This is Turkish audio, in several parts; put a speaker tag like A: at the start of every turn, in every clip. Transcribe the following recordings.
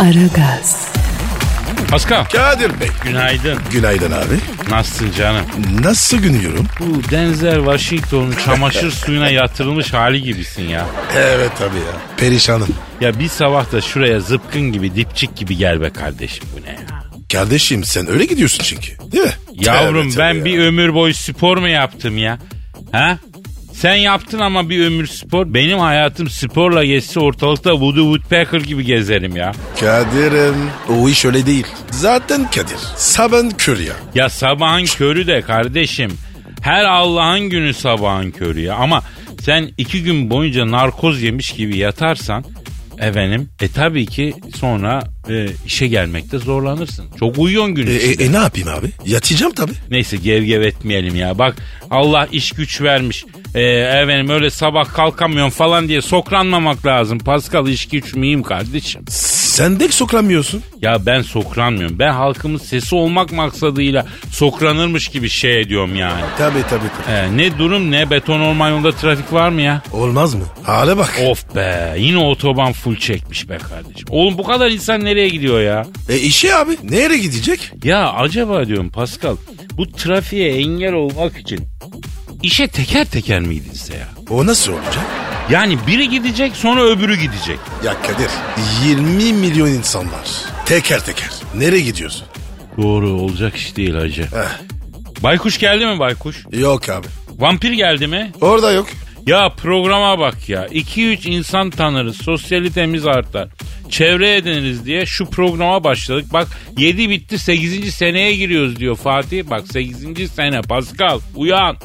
A: Aragaz,
B: Pascal.
C: Kadir Bey.
B: Günaydın.
C: Günaydın abi.
B: Nasılsın canım?
C: Nasıl günüyorum?
B: Bu Denzel Washington'un çamaşır suyuna yatırılmış hali gibisin ya.
C: Evet tabii ya. Perişanım.
B: Ya bir sabah da şuraya zıpkın gibi dipçik gibi gel be kardeşim bu ne ya?
C: Kardeşim sen öyle gidiyorsun çünkü. Değil mi?
B: Yavrum
C: Tövbe
B: ben
C: tövbe
B: bir
C: ya.
B: ömür boyu spor mu yaptım ya? Ha? Sen yaptın ama bir ömür spor. Benim hayatım sporla geçse ortalıkta Woody Woodpecker gibi gezerim ya.
C: Kadir'im. O iş öyle değil. Zaten Kadir. Sabah kör ya.
B: Ya sabahın körü de kardeşim. Her Allah'ın günü sabahın körü ya. Ama sen iki gün boyunca narkoz yemiş gibi yatarsan efendim e tabii ki sonra e, işe gelmekte zorlanırsın. Çok uyuyorsun gün
C: E,
B: içinde.
C: e, e, ne yapayım abi? Yatacağım tabii.
B: Neyse gevgev etmeyelim ya. Bak Allah iş güç vermiş. E, efendim öyle sabah kalkamıyorum falan diye sokranmamak lazım. Pascal iş güç mühim kardeşim.
C: Sen de sokramıyorsun.
B: Ya ben sokranmıyorum. Ben halkımın sesi olmak maksadıyla sokranırmış gibi şey ediyorum yani.
C: Tabii tabii. tabii.
B: Ee, ne durum ne beton orman yolunda trafik var mı ya?
C: Olmaz mı? Hale bak.
B: Of be yine otoban full çekmiş be kardeşim. Oğlum bu kadar insan nereye gidiyor ya?
C: E işe abi. Nereye gidecek?
B: Ya acaba diyorum Pascal bu trafiğe engel olmak için işe teker teker mi gidilse ya?
C: O nasıl olacak?
B: Yani biri gidecek sonra öbürü gidecek.
C: Ya Kadir 20 milyon insan var. Teker teker. Nereye gidiyorsun?
B: Doğru olacak iş değil hacı.
C: Heh.
B: Baykuş geldi mi baykuş?
C: Yok abi.
B: Vampir geldi mi?
C: Orada yok.
B: Ya programa bak ya. 2-3 insan tanırız. Sosyalitemiz artar. Çevre ediniriz diye şu programa başladık. Bak 7 bitti 8. seneye giriyoruz diyor Fatih. Bak 8. sene Pascal uyan.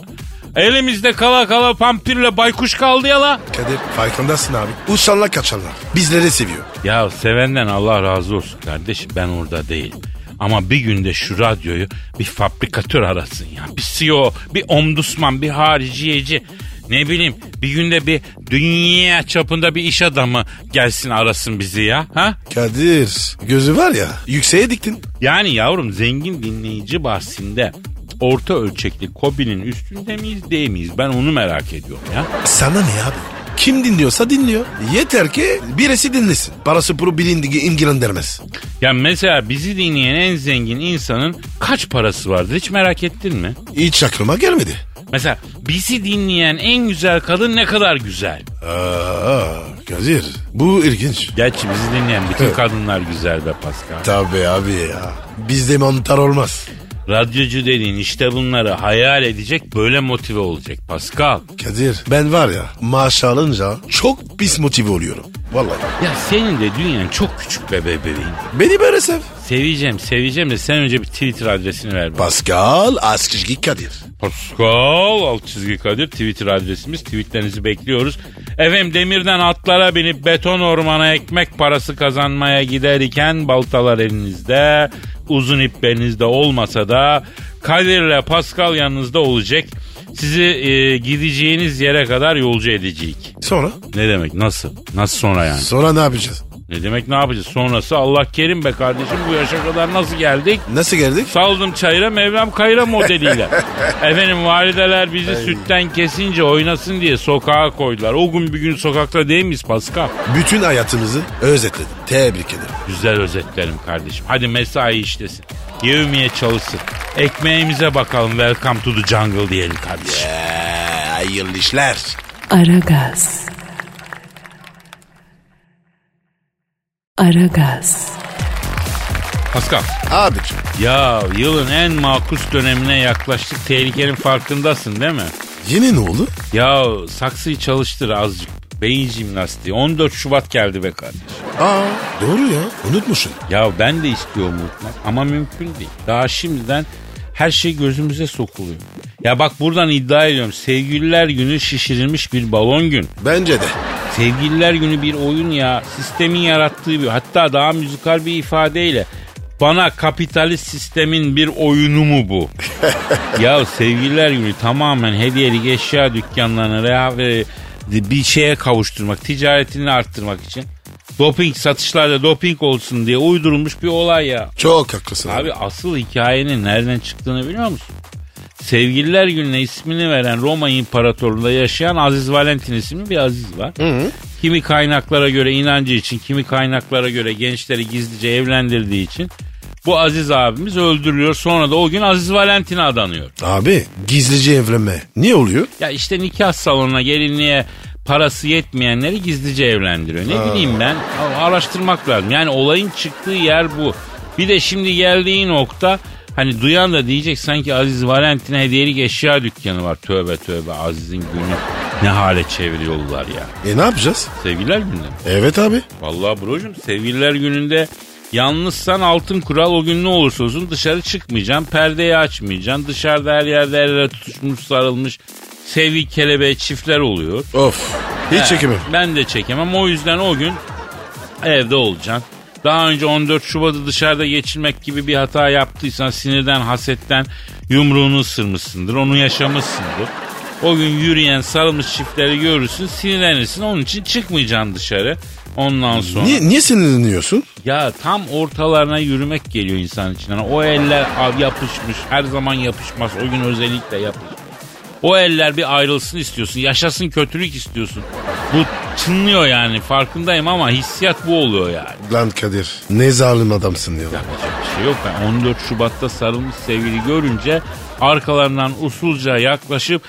B: Elimizde kala kala pampirle baykuş kaldı ya la.
C: Kadir farkındasın abi. Uçanlar kaçanlar. Bizleri seviyor.
B: Ya sevenden Allah razı olsun kardeşim ben orada değilim. Ama bir günde şu radyoyu bir fabrikatör arasın ya. Bir CEO, bir omdusman, bir hariciyeci. Ne bileyim bir günde bir dünya çapında bir iş adamı gelsin arasın bizi ya. Ha?
C: Kadir gözü var ya yükseğe diktin.
B: Yani yavrum zengin dinleyici bahsinde orta ölçekli Kobi'nin üstünde miyiz değil miyiz? Ben onu merak ediyorum ya.
C: Sana ne abi? Kim dinliyorsa dinliyor. Yeter ki birisi dinlesin. Parası puru bilindiği ilgilendirmez.
B: Ya mesela bizi dinleyen en zengin insanın kaç parası vardır hiç merak ettin mi?
C: Hiç aklıma gelmedi.
B: Mesela bizi dinleyen en güzel kadın ne kadar güzel.
C: Aa, Kadir bu ilginç.
B: Gerçi bizi dinleyen bütün
C: Evet.
B: kadınlar güzel be Pascal.
C: Tabii abi ya. Bizde mantar olmaz.
B: Radyocu dediğin işte bunları hayal edecek böyle motive olacak Pascal.
C: Kadir ben var ya maaş alınca çok pis motive oluyorum. Vallahi.
B: Ya senin de dünyan çok küçük be bebeğin.
C: Beni böyle sev.
B: Seveceğim seveceğim de sen önce bir Twitter adresini ver. bana.
C: Pascal Askizgi Kadir.
B: Pascal alt çizgi Kadir Twitter adresimiz. Tweetlerinizi bekliyoruz. Efendim demirden atlara binip beton ormana ekmek parası kazanmaya gider iken baltalar elinizde, uzun ip belinizde olmasa da Kadir'le Pascal yanınızda olacak. Sizi e, gideceğiniz yere kadar yolcu edecek.
C: Sonra?
B: Ne demek nasıl? Nasıl sonra yani?
C: Sonra ne yapacağız?
B: Ne demek ne yapacağız? Sonrası Allah kerim be kardeşim bu yaşa kadar nasıl geldik?
C: Nasıl geldik?
B: Saldım çayıra Mevlam kayıra modeliyle. Efendim valideler bizi sütten kesince oynasın diye sokağa koydular. O gün bir gün sokakta değil miyiz Pascal?
C: Bütün hayatımızı özetledim. Tebrik ederim.
B: Güzel özetlerim kardeşim. Hadi mesai işlesin. Yevmiye çalışsın. Ekmeğimize bakalım. Welcome to the jungle diyelim kardeşim.
C: Eee, hayırlı işler.
A: Aragaz. Aragaz,
B: Pascal.
C: Abicim
B: Ya yılın en makus dönemine yaklaştık. Tehlikenin farkındasın değil mi?
C: yine ne oldu?
B: Ya saksıyı çalıştır azıcık. Beyin jimnastiği. 14 Şubat geldi be kardeşim.
C: Aa doğru ya unutmuşum.
B: Ya ben de istiyorum unutmak ama mümkün değil. Daha şimdiden her şey gözümüze sokuluyor. Ya bak buradan iddia ediyorum. Sevgililer günü şişirilmiş bir balon gün.
C: Bence de.
B: Sevgililer günü bir oyun ya. Sistemin yarattığı bir hatta daha müzikal bir ifadeyle bana kapitalist sistemin bir oyunu mu bu? ya sevgililer günü tamamen hediyelik eşya dükkanlarını reha ve bir şeye kavuşturmak, ticaretini arttırmak için. Doping satışlarda doping olsun diye uydurulmuş bir olay ya.
C: Çok haklısın abi.
B: Abi asıl hikayenin nereden çıktığını biliyor musun? Sevgililer gününe ismini veren Roma İmparatorluğu'nda yaşayan Aziz Valentin isimli bir Aziz var. Kimi kaynaklara göre inancı için, kimi kaynaklara göre gençleri gizlice evlendirdiği için bu Aziz abimiz öldürülüyor. Sonra da o gün Aziz Valentin'e adanıyor.
C: Abi gizlice evlenme. Niye oluyor?
B: Ya işte nikah salonuna gelinliğe parası yetmeyenleri gizlice evlendiriyor. Ne bileyim ben a- araştırmak lazım. Yani olayın çıktığı yer bu. Bir de şimdi geldiği nokta hani duyan da diyecek sanki Aziz Valentin'e hediyelik eşya dükkanı var. Tövbe tövbe Aziz'in günü ne hale çeviriyorlar ya.
C: E ne yapacağız?
B: Sevgililer günde.
C: Evet abi.
B: Vallahi brocum sevgililer gününde yalnızsan altın kural o gün ne olursa olsun dışarı çıkmayacaksın. Perdeyi açmayacaksın. Dışarıda her yerde her yere tutuşmuş sarılmış sevi kelebeği çiftler oluyor.
C: Of. Hiç
B: He,
C: çekimim.
B: Ben de çekemem. O yüzden o gün evde olacaksın. Daha önce 14 Şubat'ı dışarıda geçirmek gibi bir hata yaptıysan sinirden, hasetten yumruğunu ısırmışsındır. Onu yaşamışsındır. O gün yürüyen sarılmış çiftleri görürsün sinirlenirsin. Onun için çıkmayacaksın dışarı. Ondan sonra
C: Niye, niye sinirleniyorsun?
B: ya tam ortalarına yürümek geliyor insan için. Yani o eller av yapışmış. Her zaman yapışmaz. O gün özellikle yapışmış. O eller bir ayrılsın istiyorsun. Yaşasın kötülük istiyorsun. Bu çınlıyor yani farkındayım ama hissiyat bu oluyor yani.
C: Lan Kadir ne zalim adamsın diyorlar.
B: Yapacak bir şey yok. Ben 14 Şubat'ta sarılmış sevgili görünce arkalarından usulca yaklaşıp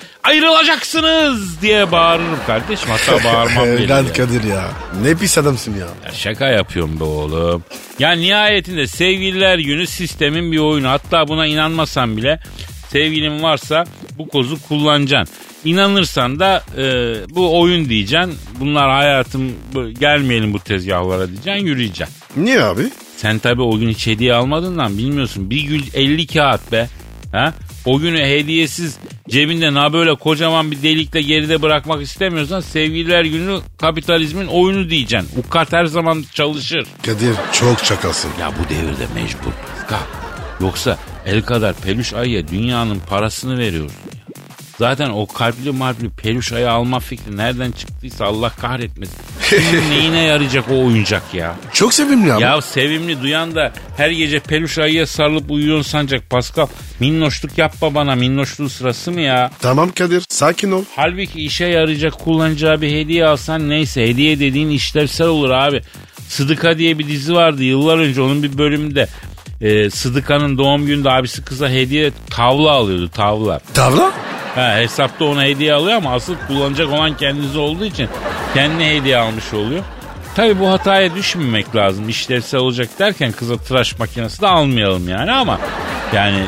B: ayrılacaksınız diye bağırırım kardeşim. Hatta bağırmam gelir.
C: Lan
B: yani.
C: Kadir ya. Ne pis adamsın ya.
B: Ya şaka yapıyorum be oğlum. Ya nihayetinde sevgililer günü sistemin bir oyunu. Hatta buna inanmasan bile sevgilin varsa bu kozu kullanacaksın. İnanırsan da e, bu oyun diyeceksin. Bunlar hayatım bu- gelmeyelim bu tezgahlara diyeceksin yürüyeceksin.
C: Niye abi?
B: Sen tabi o gün hiç hediye almadığından bilmiyorsun. Bir gül 50 kağıt be. Ha? O günü hediyesiz cebinde na böyle kocaman bir delikle geride bırakmak istemiyorsan sevgililer günü kapitalizmin oyunu diyeceksin. Ukat her zaman çalışır.
C: Kadir çok çakalsın.
B: Ya bu devirde mecbur. Kal. Yoksa el kadar peluş ayıya dünyanın parasını veriyorsun. ya. Zaten o kalpli marpli peluş ayı alma fikri nereden çıktıysa Allah kahretmesin. Şimdi neyine yarayacak o oyuncak ya?
C: Çok sevimli abi.
B: Ya sevimli duyan da her gece peluş ayıya sarılıp uyuyorsun sancak Pascal. Minnoşluk yapma bana minnoşluğun sırası mı ya?
C: Tamam Kadir sakin ol.
B: Halbuki işe yarayacak kullanacağı bir hediye alsan neyse hediye dediğin işlevsel olur abi. Sıdıka diye bir dizi vardı yıllar önce onun bir bölümünde. e, Sıdıka'nın doğum gününde abisi kıza hediye tavla alıyordu tavla.
C: Tavla?
B: Ha, hesapta ona hediye alıyor ama asıl kullanacak olan kendisi olduğu için kendine hediye almış oluyor. Tabi bu hataya düşmemek lazım. İşlevsel olacak derken kıza tıraş makinesi de almayalım yani ama yani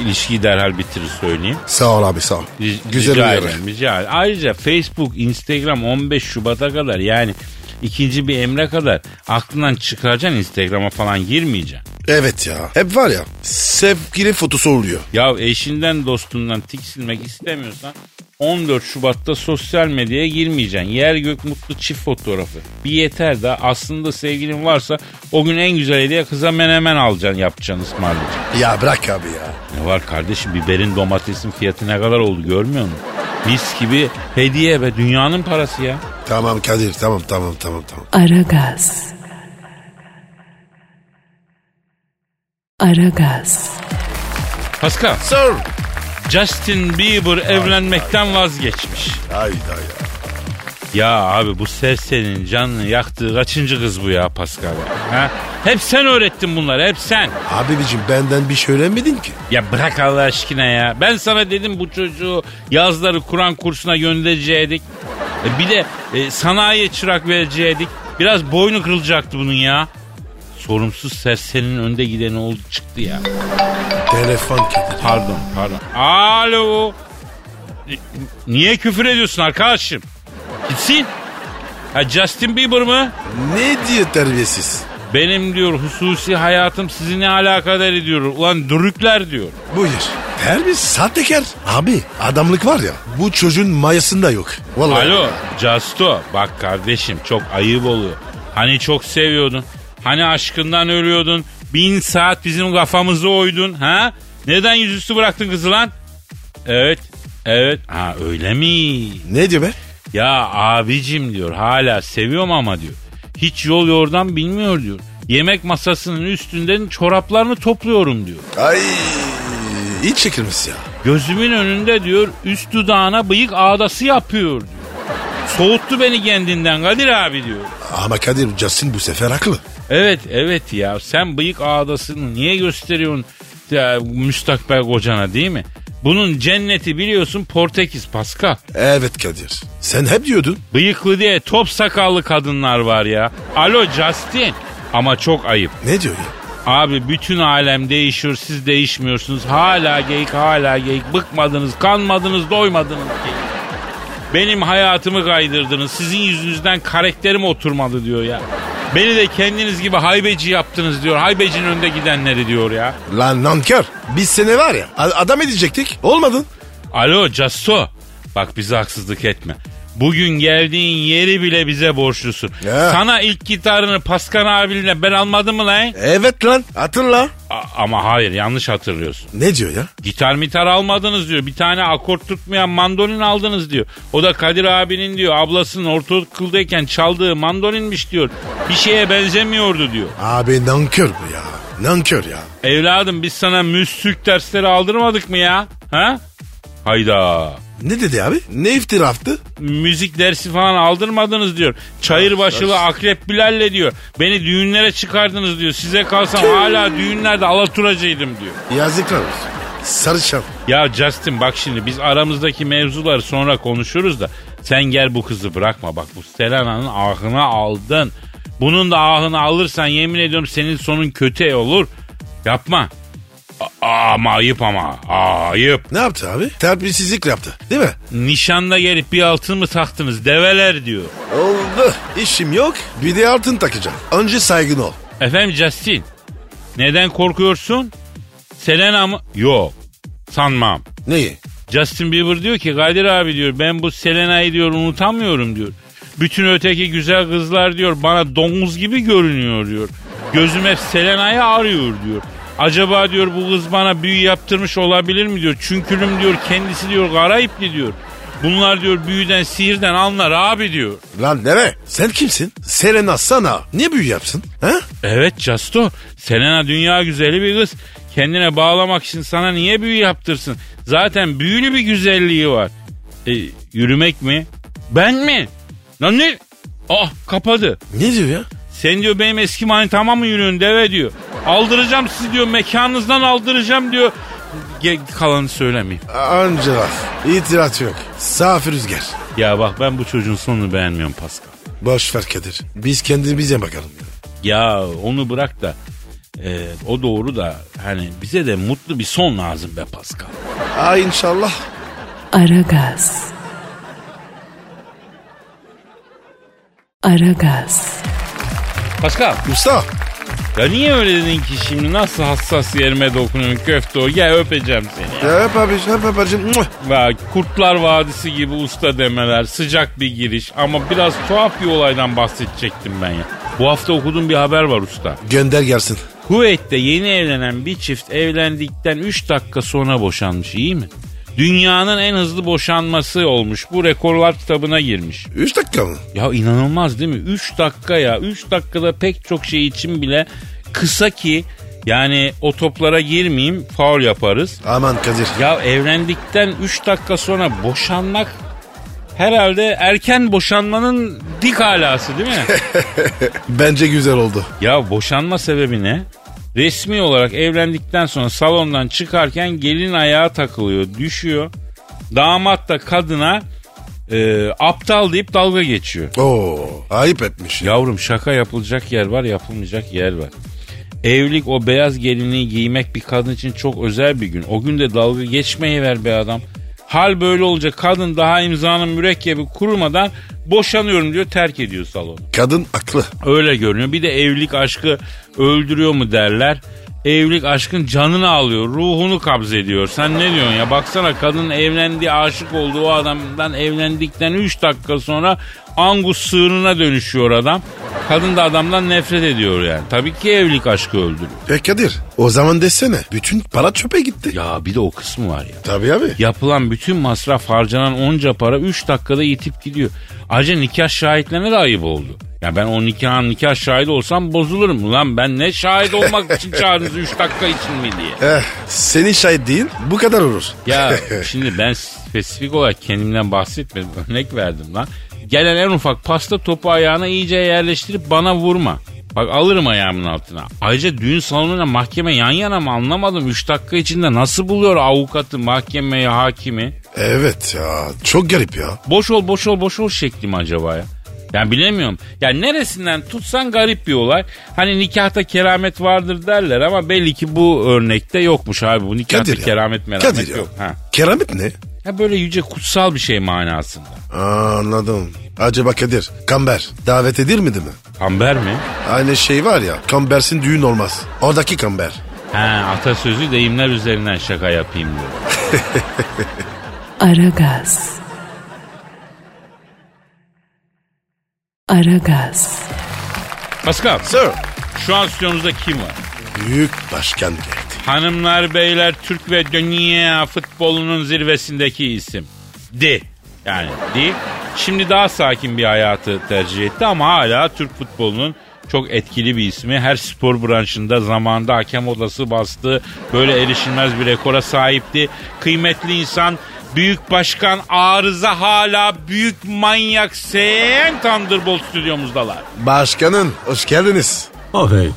B: ilişkiyi derhal bitirir söyleyeyim.
C: Sağ ol abi sağ ol.
B: Ric-
C: Güzel
B: rica
C: uyarı.
B: ederim, rica ederim. Ayrıca Facebook, Instagram 15 Şubat'a kadar yani ikinci bir emre kadar aklından çıkaracaksın Instagram'a falan girmeyeceksin.
C: Evet ya. Hep var ya sevgili fotosu oluyor.
B: Ya eşinden dostundan tiksinmek istemiyorsan 14 Şubat'ta sosyal medyaya girmeyeceksin. Yer gök mutlu çift fotoğrafı. Bir yeter de aslında sevgilin varsa o gün en güzel hediye kıza menemen alacaksın yapacaksın ısmarlayacaksın.
C: Ya bırak abi ya.
B: Ne var kardeşim biberin domatesin fiyatı ne kadar oldu görmüyor musun? Mis gibi hediye be dünyanın parası ya.
C: Tamam Kadir tamam tamam tamam tamam.
A: Aragaz. Aragaz.
B: Pascal,
C: Sir.
B: Justin Bieber evlenmekten vazgeçmiş.
C: Hayda ya.
B: Ya abi bu serserinin canını yaktığı kaçıncı kız bu ya Pascal? ya, Ha? Hep sen öğrettin bunları, hep sen.
C: Abicim benden bir şey öğrenmedin ki.
B: Ya bırak Allah aşkına ya. Ben sana dedim bu çocuğu yazları Kur'an kursuna gönderecektik. E bir de e, sanayiye çırak verecektik. Biraz boynu kırılacaktı bunun ya. Sorumsuz serserinin önde gideni oldu çıktı ya.
C: Telefon Kadir.
B: Pardon, pardon. Alo. Ni- Niye küfür ediyorsun arkadaşım? Gitsin. Ha Justin Bieber mı?
C: Ne diye terbiyesiz.
B: Benim diyor hususi hayatım sizi ne alakadar ediyor? Ulan dürükler diyor.
C: Buyur. Her bir sahtekar. Abi adamlık var ya bu çocuğun mayasında yok. Vallahi.
B: Alo Casto bak kardeşim çok ayıp oluyor. Hani çok seviyordun. Hani aşkından ölüyordun. Bin saat bizim kafamıza oydun. Ha? Neden yüzüstü bıraktın kızı lan? Evet. Evet. Ha öyle mi?
C: Ne diyor be?
B: Ya abicim diyor hala seviyorum ama diyor. Hiç yol yordan bilmiyor diyor. Yemek masasının üstünden çoraplarını topluyorum diyor.
C: Ay hiç çekilmiş ya.
B: Gözümün önünde diyor üst dudağına bıyık ağdası yapıyor diyor. Soğuttu beni kendinden Kadir abi diyor.
C: Ama Kadir Justin bu sefer haklı.
B: Evet evet ya sen bıyık ağdasını niye gösteriyorsun ya, müstakbel kocana değil mi? Bunun cenneti biliyorsun Portekiz Pascal.
C: Evet Kadir. Sen hep diyordun.
B: Bıyıklı diye top sakallı kadınlar var ya. Alo Justin. Ama çok ayıp.
C: Ne diyor ya?
B: Abi bütün alem değişiyor siz değişmiyorsunuz. Hala geyik hala geyik. Bıkmadınız kanmadınız doymadınız geyik. Benim hayatımı kaydırdınız. Sizin yüzünüzden karakterim oturmadı diyor ya. Beni de kendiniz gibi haybeci yaptınız diyor. Haybecinin önde gidenleri diyor ya.
C: Lan nankör. Biz seni var ya a- adam edecektik. Olmadın.
B: Alo Casso. Bak bize haksızlık etme. Bugün geldiğin yeri bile bize borçlusun.
C: Ya.
B: Sana ilk gitarını Paskan abiyle ben almadım mı lan?
C: Evet lan hatırla.
B: A- ama hayır yanlış hatırlıyorsun.
C: Ne diyor ya?
B: Gitar mitar almadınız diyor. Bir tane akort tutmayan mandolin aldınız diyor. O da Kadir abinin diyor ablasının ortaokuldayken çaldığı mandolinmiş diyor. Bir şeye benzemiyordu diyor.
C: Abi nankör bu ya. Nankör ya.
B: Evladım biz sana müslük dersleri aldırmadık mı ya? Ha? Hayda.
C: Ne dedi abi? Ne iftira attı?
B: Müzik dersi falan aldırmadınız diyor. Çayırbaşılı Akrep Bilal'le diyor. Beni düğünlere çıkardınız diyor. Size kalsam hala düğünlerde alaturacıydım diyor.
C: Yazıklar olsun. Sarışan.
B: Ya Justin bak şimdi biz aramızdaki mevzuları sonra konuşuruz da sen gel bu kızı bırakma bak bu Selena'nın ahını aldın. Bunun da ahını alırsan yemin ediyorum senin sonun kötü olur. Yapma. A- ama ayıp ama ayıp.
C: Ne yaptı abi? Terbiyesizlik yaptı değil mi?
B: Nişanda gelip bir altın mı taktınız develer diyor.
C: Oldu. İşim yok. Bir de altın takacağım. Önce saygın ol.
B: Efendim Justin neden korkuyorsun? Selena mı? Yok sanmam.
C: Neyi?
B: Justin Bieber diyor ki Kadir abi diyor ben bu Selena'yı diyor unutamıyorum diyor. Bütün öteki güzel kızlar diyor bana domuz gibi görünüyor diyor. Gözüm hep Selena'yı arıyor diyor. Acaba diyor bu kız bana büyü yaptırmış olabilir mi diyor. Çünkülüm diyor kendisi diyor kara ipli diyor. Bunlar diyor büyüden sihirden anlar abi diyor.
C: Lan deme. Sen kimsin? Serena sana. Niye büyü yapsın? Ha?
B: Evet Casto. Selena dünya güzeli bir kız. Kendine bağlamak için sana niye büyü yaptırsın? Zaten büyülü bir güzelliği var. E, yürümek mi? Ben mi? Lan ne? Ah kapadı.
C: Ne diyor ya?
B: Sen diyor benim eski manitama mı yürüyorsun deve diyor. Aldıracağım sizi diyor mekanınızdan aldıracağım diyor. Ge- kalanı söylemeyeyim.
C: Angela. İtiraz yok. Safi rüzgar.
B: Ya bak ben bu çocuğun sonunu beğenmiyorum Pascal.
C: Boş ver Kadir. Biz kendimize bakalım.
B: Ya onu bırak da e, o doğru da hani bize de mutlu bir son lazım be Pascal.
C: Aa inşallah.
A: Aragaz. Aragaz.
B: Pascal
C: Usta.
B: Ya niye öyle dedin ki şimdi nasıl hassas yerime dokunuyorsun köfte o gel öpeceğim seni.
C: Ya hep abi, hep abicim. Muah.
B: Ya Kurtlar Vadisi gibi usta demeler sıcak bir giriş ama biraz tuhaf bir olaydan bahsedecektim ben ya. Bu hafta okuduğum bir haber var usta.
C: Gönder gelsin.
B: Kuveyt'te yeni evlenen bir çift evlendikten 3 dakika sonra boşanmış iyi mi? Dünyanın en hızlı boşanması olmuş. Bu rekorlar kitabına girmiş.
C: 3 dakika mı?
B: Ya inanılmaz değil mi? 3 dakika ya. 3 dakikada pek çok şey için bile kısa ki yani o toplara girmeyeyim faul yaparız.
C: Aman Kadir.
B: Ya evlendikten 3 dakika sonra boşanmak herhalde erken boşanmanın dik alası değil mi?
C: Bence güzel oldu.
B: ya boşanma sebebi ne? Resmi olarak evlendikten sonra salondan çıkarken gelin ayağa takılıyor, düşüyor. Damat da kadına e, aptal deyip dalga geçiyor.
C: Oo, ayıp etmiş. Ya.
B: Yavrum şaka yapılacak yer var yapılmayacak yer var. Evlilik o beyaz gelinliği giymek bir kadın için çok özel bir gün. O gün de dalga geçmeyi ver be adam. Hal böyle olacak kadın daha imzanın mürekkebi kurumadan boşanıyorum diyor terk ediyor salonu.
C: Kadın aklı.
B: Öyle görünüyor. Bir de evlilik aşkı öldürüyor mu derler. Evlilik aşkın canını alıyor, ruhunu kabzediyor. Sen ne diyorsun ya? Baksana kadının evlendiği, aşık olduğu o adamdan evlendikten 3 dakika sonra angus sığırına dönüşüyor adam. Kadın da adamdan nefret ediyor yani. Tabii ki evlilik aşkı
C: E
B: öldürür.
C: Kadir o zaman desene bütün para çöpe gitti.
B: Ya bir de o kısmı var ya.
C: Tabii abi.
B: Yapılan bütün masraf harcanan onca para 3 dakikada yitip gidiyor. Ayrıca nikah şahitlerine de ayıp oldu. Ya ben o nikahın nikah şahidi olsam bozulurum. Ulan ben ne şahit olmak için çağırdınız 3 dakika için mi diye.
C: Eh, senin şahit değil bu kadar olur.
B: Ya şimdi ben spesifik olarak kendimden bahsetmedim. Örnek verdim lan. Gelen en ufak pasta topu ayağına iyice yerleştirip bana vurma. Bak alırım ayağımın altına. Ayrıca düğün salonuyla mahkeme yan yana mı anlamadım. 3 dakika içinde nasıl buluyor avukatı, mahkemeyi, hakimi?
C: Evet ya çok garip ya.
B: Boş ol boş ol boş ol şekli mi acaba ya? Yani bilemiyorum. Yani neresinden tutsan garip bir olay. Hani nikahta keramet vardır derler ama belli ki bu örnekte yokmuş abi. Bu nikahta
C: Kadir ya.
B: keramet meramet
C: Kadir ya.
B: yok. Ha.
C: Keramet ne?
B: Ya böyle yüce kutsal bir şey manasında.
C: Aa, anladım. Acaba Kadir kamber davet edir miydi mi?
B: Kamber mi?
C: Aynı şey var ya kambersin düğün olmaz. Oradaki kamber.
B: Ha atasözü deyimler üzerinden şaka yapayım diyor.
A: Aragaz. Aragaz.
B: Pascal
C: Sir.
B: şu an stüdyomuzda kim var?
C: Büyük başkan geldi.
B: Hanımlar beyler Türk ve dünya futbolunun zirvesindeki isim. Di. Yani Di. Şimdi daha sakin bir hayatı tercih etti ama hala Türk futbolunun çok etkili bir ismi. Her spor branşında zamanda hakem odası bastı. Böyle erişilmez bir rekora sahipti. Kıymetli insan Büyük Başkan Arıza hala Büyük Manyak Sen Thunderbolt stüdyomuzdalar.
C: Başkanın hoş geldiniz.
D: Aferin.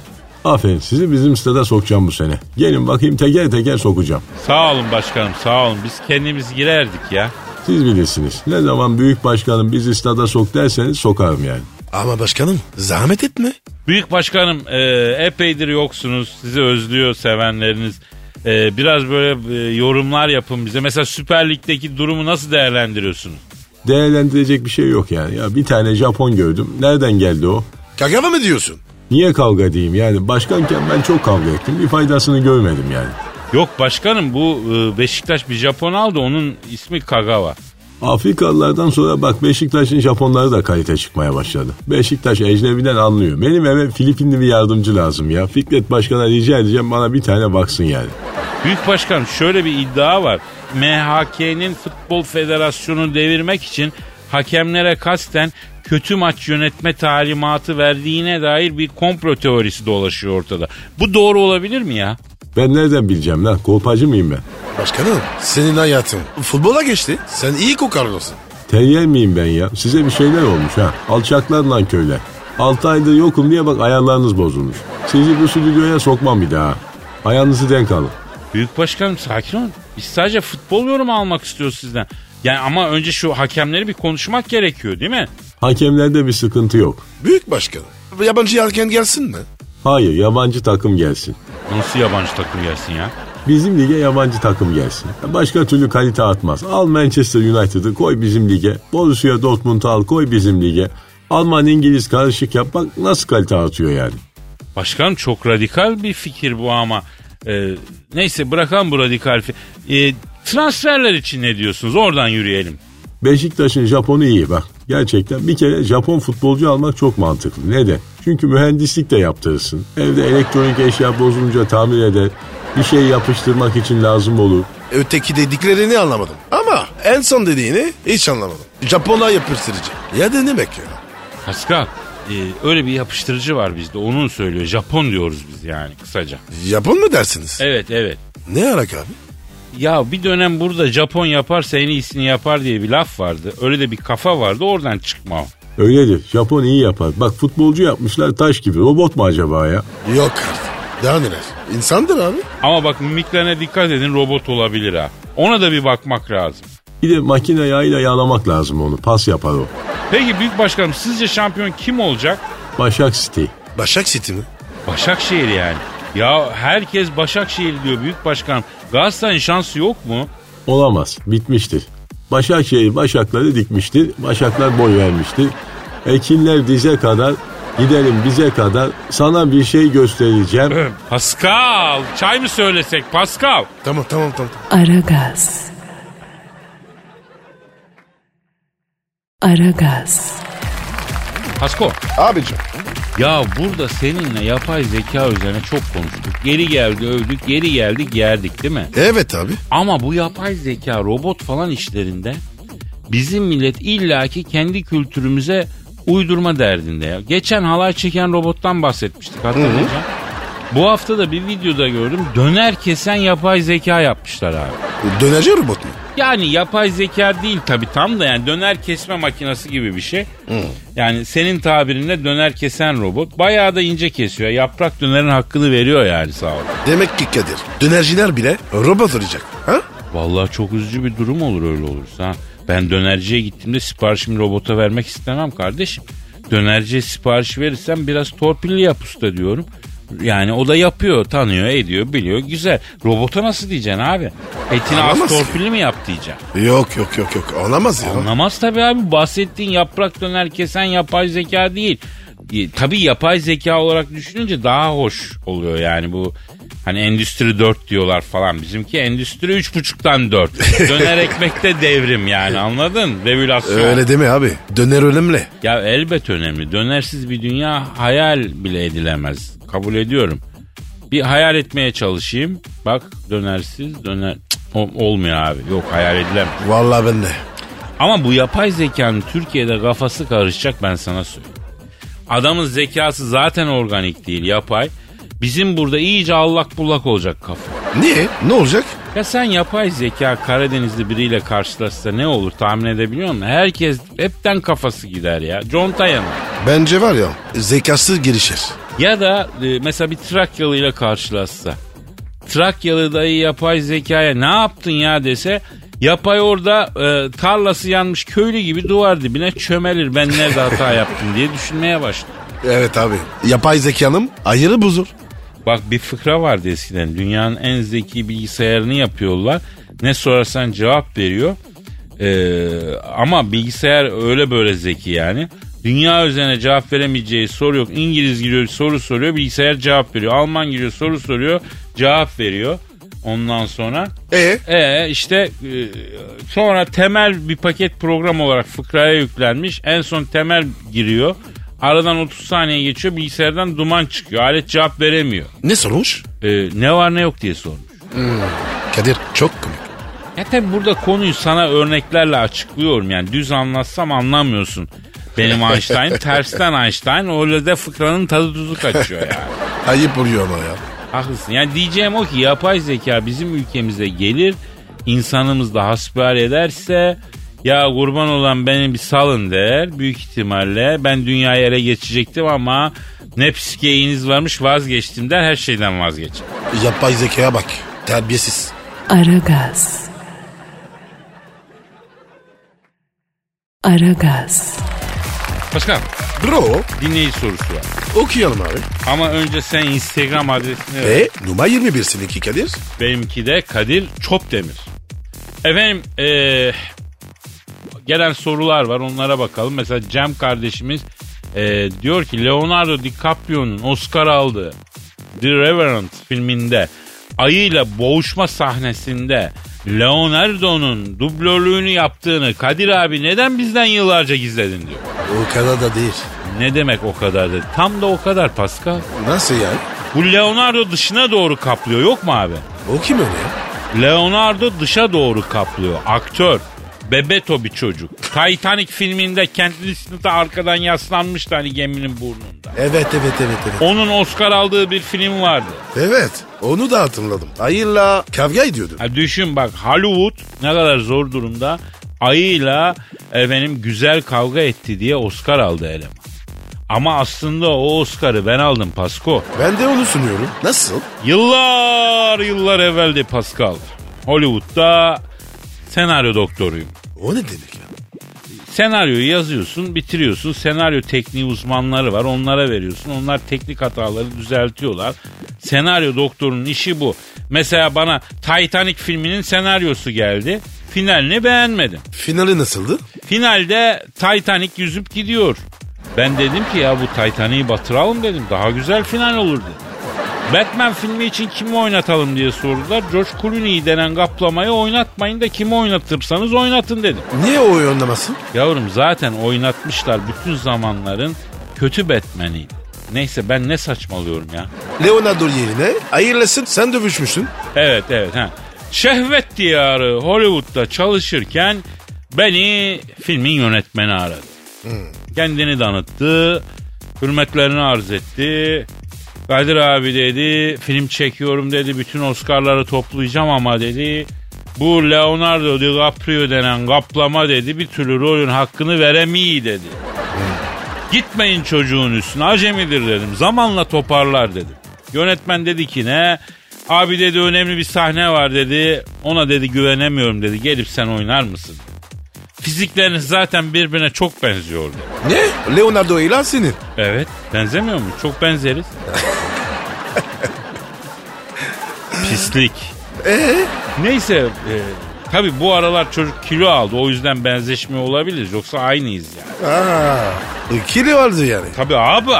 D: Aferin. Sizi bizim stada sokacağım bu sene. Gelin bakayım teker teker sokacağım.
B: Sağ olun başkanım sağ olun. Biz kendimiz girerdik ya.
D: Siz bilirsiniz. Ne zaman büyük başkanım bizi stada sok derseniz sokarım yani.
C: Ama başkanım zahmet etme.
B: Büyük başkanım e, epeydir yoksunuz. Sizi özlüyor sevenleriniz. E, biraz böyle e, yorumlar yapın bize. Mesela Süper Lig'deki durumu nasıl değerlendiriyorsunuz?
D: Değerlendirecek bir şey yok yani. Ya bir tane Japon gördüm. Nereden geldi o?
C: Kagava mı diyorsun?
D: Niye kavga diyeyim yani başkanken ben çok kavga ettim bir faydasını görmedim yani.
B: Yok başkanım bu e, Beşiktaş bir Japon aldı. Onun ismi Kagawa.
D: Afrikalılardan sonra bak Beşiktaş'ın Japonları da kalite çıkmaya başladı. Beşiktaş ecnebiden anlıyor. Benim eve Filipinli bir yardımcı lazım ya. Fikret Başkan'a rica edeceğim bana bir tane baksın yani.
B: Büyük başkanım şöyle bir iddia var. MHK'nin Futbol Federasyonu devirmek için hakemlere kasten kötü maç yönetme talimatı verdiğine dair bir komplo teorisi dolaşıyor ortada. Bu doğru olabilir mi ya?
D: Ben nereden bileceğim lan? Kolpacı mıyım ben?
C: Başkanım senin hayatın futbola geçti. Sen iyi kokarlısın.
D: Teryel miyim ben ya? Size bir şeyler olmuş ha. Alçaklar lan köyler. 6 aydır yokum diye bak ayarlarınız bozulmuş. Sizi bu stüdyoya sokmam bir daha. Ayağınızı denk alın.
B: Büyük başkanım sakin olun. Biz sadece futbol yorumu almak istiyoruz sizden. Yani ama önce şu hakemleri bir konuşmak gerekiyor değil mi?
D: Hakemlerde bir sıkıntı yok.
C: Büyük başkanım. Yabancı erken gelsin mi?
D: Hayır yabancı takım gelsin.
B: Nasıl yabancı takım gelsin ya?
D: Bizim lige yabancı takım gelsin. Başka türlü kalite atmaz. Al Manchester United'ı koy bizim lige. Borussia Dortmund'u al koy bizim lige. Alman İngiliz karışık yap bak nasıl kalite atıyor yani.
B: Başkanım çok radikal bir fikir bu ama. Ee, neyse bırakalım bu radikal fikir. transferler için ne diyorsunuz? Oradan yürüyelim.
D: Beşiktaş'ın Japon'u iyi bak. Gerçekten bir kere Japon futbolcu almak çok mantıklı. Neden? Çünkü mühendislik de yaptırırsın. Evde elektronik eşya bozulunca tamir eder. Bir şey yapıştırmak için lazım olur.
C: Öteki dediklerini anlamadım. Ama en son dediğini hiç anlamadım. Japonlar yapıştırıcı. Ya da ne demek ya?
B: Pascal e, öyle bir yapıştırıcı var bizde. Onun söylüyor. Japon diyoruz biz yani kısaca.
C: Japon mu dersiniz?
B: Evet evet.
C: Ne alak abi?
B: Ya bir dönem burada Japon yaparsa en iyisini yapar diye bir laf vardı. Öyle de bir kafa vardı oradan çıkma o.
D: Öyledir. Japon iyi yapar. Bak futbolcu yapmışlar taş gibi. Robot mu acaba ya?
C: Yok artık. Daha neler? İnsandır abi.
B: Ama bak mimiklerine dikkat edin robot olabilir ha. Ona da bir bakmak lazım.
D: Bir de makine yağıyla yağlamak lazım onu. Pas yapar o.
B: Peki Büyük Başkanım sizce şampiyon kim olacak?
D: Başak City.
C: Başak City mi?
B: Başakşehir yani. Ya herkes Başakşehir diyor Büyük Başkanım. Galatasaray'ın şansı yok mu?
D: Olamaz. Bitmiştir. Başakşehir başakları dikmiştir. Başaklar boy vermiştir. Ekinler dize kadar
E: Gidelim bize kadar sana bir şey göstereceğim.
B: Pascal çay mı söylesek Pascal?
C: Tamam tamam tamam.
A: Aragaz. Aragaz.
B: Pasko
D: Abicim
B: ya burada seninle yapay zeka üzerine çok konuştuk. Geri geldi övdük geri geldik yerdik değil mi?
C: Evet abi.
B: Ama bu yapay zeka robot falan işlerinde bizim millet illaki kendi kültürümüze uydurma derdinde ya. Geçen halay çeken robottan bahsetmiştik hatırlayacağım. Bu hafta da bir videoda gördüm döner kesen yapay zeka yapmışlar abi.
C: Dönerci robot mu?
B: Yani yapay zeka değil tabi tam da yani döner kesme makinesi gibi bir şey. Yani senin tabirinle döner kesen robot bayağı da ince kesiyor. Yaprak dönerin hakkını veriyor yani sağ ol.
C: Demek ki Kadir. Dönerciler bile robot olacak. Ha?
B: Vallahi çok üzücü bir durum olur öyle olursa. Ben dönerciye gittiğimde siparişimi robota vermek istemem kardeşim. Dönerciye sipariş verirsem biraz torpilli yap usta diyorum. Yani o da yapıyor, tanıyor, ediyor, biliyor. Güzel. Robota nasıl diyeceksin abi? Etini az
C: Anlamaz ki.
B: torpilli mi yap diyeceksin?
C: Yok yok yok yok. Olamaz ya.
B: Anlamaz tabii abi. Bahsettiğin yaprak döner kesen yapay zeka değil. E, Tabii yapay zeka olarak düşününce daha hoş oluyor yani bu hani endüstri 4 diyorlar falan bizimki endüstri 3.5'tan 4. döner ekmekte devrim yani anladın? Revülasyon.
C: Öyle deme abi. Döner önemli.
B: Ya elbet önemli. Dönersiz bir dünya hayal bile edilemez. Kabul ediyorum. Bir hayal etmeye çalışayım. Bak dönersiz döner Cık, o- olmuyor abi. Yok hayal edilemez.
C: Vallahi ben de.
B: Ama bu yapay zekanın Türkiye'de kafası karışacak ben sana söyleyeyim. Adamın zekası zaten organik değil yapay. Bizim burada iyice allak bullak olacak kafa.
C: Niye? Ne olacak?
B: Ya sen yapay zeka Karadenizli biriyle karşılaşsa ne olur tahmin edebiliyor musun? Herkes hepten kafası gider ya. Conta yanar.
C: Bence var ya zekasız girişir.
B: Ya da e, mesela bir Trakyalı ile karşılaşsa. Trakyalı dayı yapay zekaya ne yaptın ya dese yapay orada e, tarlası yanmış köylü gibi duvar dibine çömelir ben nerede hata yaptım diye düşünmeye başlar.
C: Evet abi. Yapay zekanım ayırı buzur.
B: Bak bir fıkra vardı eskiden dünyanın en zeki bilgisayarını yapıyorlar. Ne sorarsan cevap veriyor. E, ama bilgisayar öyle böyle zeki yani. Dünya üzerine cevap veremeyeceği soru yok. İngiliz giriyor soru soruyor bilgisayar cevap veriyor. Alman giriyor soru soruyor cevap veriyor. Ondan sonra
C: E
B: e işte e, sonra temel bir paket program olarak fıkraya yüklenmiş. En son temel giriyor. Aradan 30 saniye geçiyor bilgisayardan duman çıkıyor. Alet cevap veremiyor.
C: ne sormuş?
B: E, ne var ne yok diye sormuş.
C: Kadir çok komik.
B: Ya tabii burada konuyu sana örneklerle açıklıyorum yani düz anlatsam anlamıyorsun. Benim Einstein tersten Einstein öyle de fıkranın tadı tuzu kaçıyor yani.
C: Ayıp oluyor ama ya.
B: Haklısın. Yani diyeceğim o ki yapay zeka bizim ülkemize gelir. insanımız da hasbihal ederse ya kurban olan beni bir salın der. Büyük ihtimalle ben dünyaya ele geçecektim ama ne psikeyiniz varmış vazgeçtim der her şeyden vazgeçer.
C: Yapay zekaya bak. Terbiyesiz.
A: Aragaz. Aragaz.
B: Başkan
C: Bro
B: dinleyici sorusu var.
C: okuyalım abi.
B: Ama önce sen Instagram adresini ver.
C: E numara 21 seninki Kadir.
B: Benimki de Kadir Çopdemir. Efendim eee, gelen sorular var onlara bakalım. Mesela Cem kardeşimiz eee, diyor ki Leonardo DiCaprio'nun Oscar aldığı The Revenant filminde ayıyla boğuşma sahnesinde Leonardo'nun dublörlüğünü yaptığını Kadir abi neden bizden yıllarca gizledin diyor.
C: O kadar da değil.
B: Ne demek o kadar dedi. Tam da o kadar Pascal.
C: Nasıl yani?
B: Bu Leonardo dışına doğru kaplıyor yok mu abi?
C: O kim öyle ya?
B: Leonardo dışa doğru kaplıyor. Aktör. Bebeto bir çocuk. Titanic filminde Kent Listener'da arkadan yaslanmıştı hani geminin burnunda.
C: Evet evet evet evet.
B: Onun Oscar aldığı bir film vardı.
C: Evet onu da hatırladım. Hayırla kavga ediyordun.
B: Ha, düşün bak Hollywood ne kadar zor durumda ayıyla efendim güzel kavga etti diye Oscar aldı eleman. Ama aslında o Oscar'ı ben aldım Pasko.
C: Ben de onu sunuyorum. Nasıl?
B: Yıllar yıllar evveldi Pascal. Hollywood'da senaryo doktoruyum.
C: O ne demek ya?
B: Senaryoyu yazıyorsun, bitiriyorsun. Senaryo tekniği uzmanları var, onlara veriyorsun. Onlar teknik hataları düzeltiyorlar. Senaryo doktorunun işi bu. Mesela bana Titanic filminin senaryosu geldi. Finalini beğenmedim.
C: Finali nasıldı?
B: Finalde Titanic yüzüp gidiyor. Ben dedim ki ya bu Titanic'i batıralım dedim. Daha güzel final olurdu. Batman filmi için kimi oynatalım diye sordular. George Clooney'i denen kaplamayı oynatmayın da kimi oynatırsanız oynatın dedim.
C: Niye o oynamasın?
B: Yavrum zaten oynatmışlar bütün zamanların kötü Batman'iydi. Neyse ben ne saçmalıyorum ya.
C: Leonardo yerine hayırlısın sen dövüşmüşsün.
B: Evet evet ha. Şehvet diyarı Hollywood'da çalışırken beni filmin yönetmeni aradı. Kendini tanıttı, hürmetlerini arz etti. Kadir abi dedi, film çekiyorum dedi, bütün Oscar'ları toplayacağım ama dedi. Bu Leonardo DiCaprio denen kaplama dedi, bir türlü rolün hakkını veremiyor dedi. Gitmeyin çocuğun üstüne acemidir dedim. Zamanla toparlar dedim. Yönetmen dedi ki ne? Abi dedi önemli bir sahne var dedi. Ona dedi güvenemiyorum dedi. Gelip sen oynar mısın? Fizikleriniz zaten birbirine çok benziyor dedi.
C: Ne? Leonardo ile senin.
B: Evet benzemiyor mu? Çok benzeriz. Pislik. Neyse e, tabi bu aralar çocuk kilo aldı. O yüzden benzeşme olabilir. Yoksa aynıyız yani.
C: Aa, ikili vardı yani.
B: Tabii abi.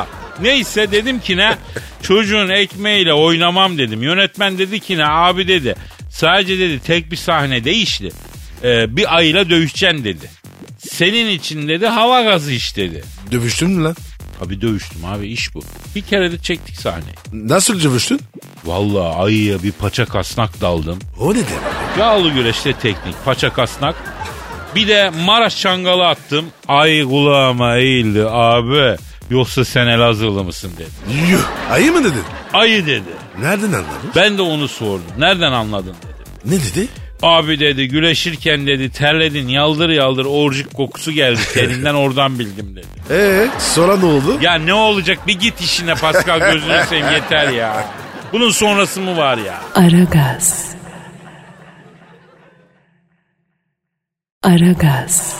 B: Neyse dedim ki ne çocuğun ekmeğiyle oynamam dedim. Yönetmen dedi ki ne abi dedi. Sadece dedi tek bir sahne değişti. Ee, bir ayıyla dövüşeceksin dedi. Senin için dedi hava gazı iş dedi.
C: Dövüştün mü lan?
B: Tabii dövüştüm abi iş bu. Bir kere de çektik sahneyi.
C: Nasıl dövüştün?
B: Vallahi ayıya bir paça kasnak daldım.
C: O ne demek?
B: Yağlı güreşte teknik paça kasnak. Bir de Maraş çangalı attım. Ay kulağıma eğildi abi. Yoksa sen Elazığlı mısın dedi.
C: Yuh. Ayı mı dedin?
B: Ayı dedi.
C: Nereden anladın?
B: Ben de onu sordum. Nereden anladın dedi.
C: Ne dedi?
B: Abi dedi güleşirken dedi terledin yaldır yaldır orucuk kokusu geldi terinden oradan bildim dedi.
C: Ee, sonra ne oldu?
B: Ya ne olacak bir git işine Pascal gözünü seveyim yeter ya. Bunun sonrası mı var ya?
A: Aragaz. Aragaz.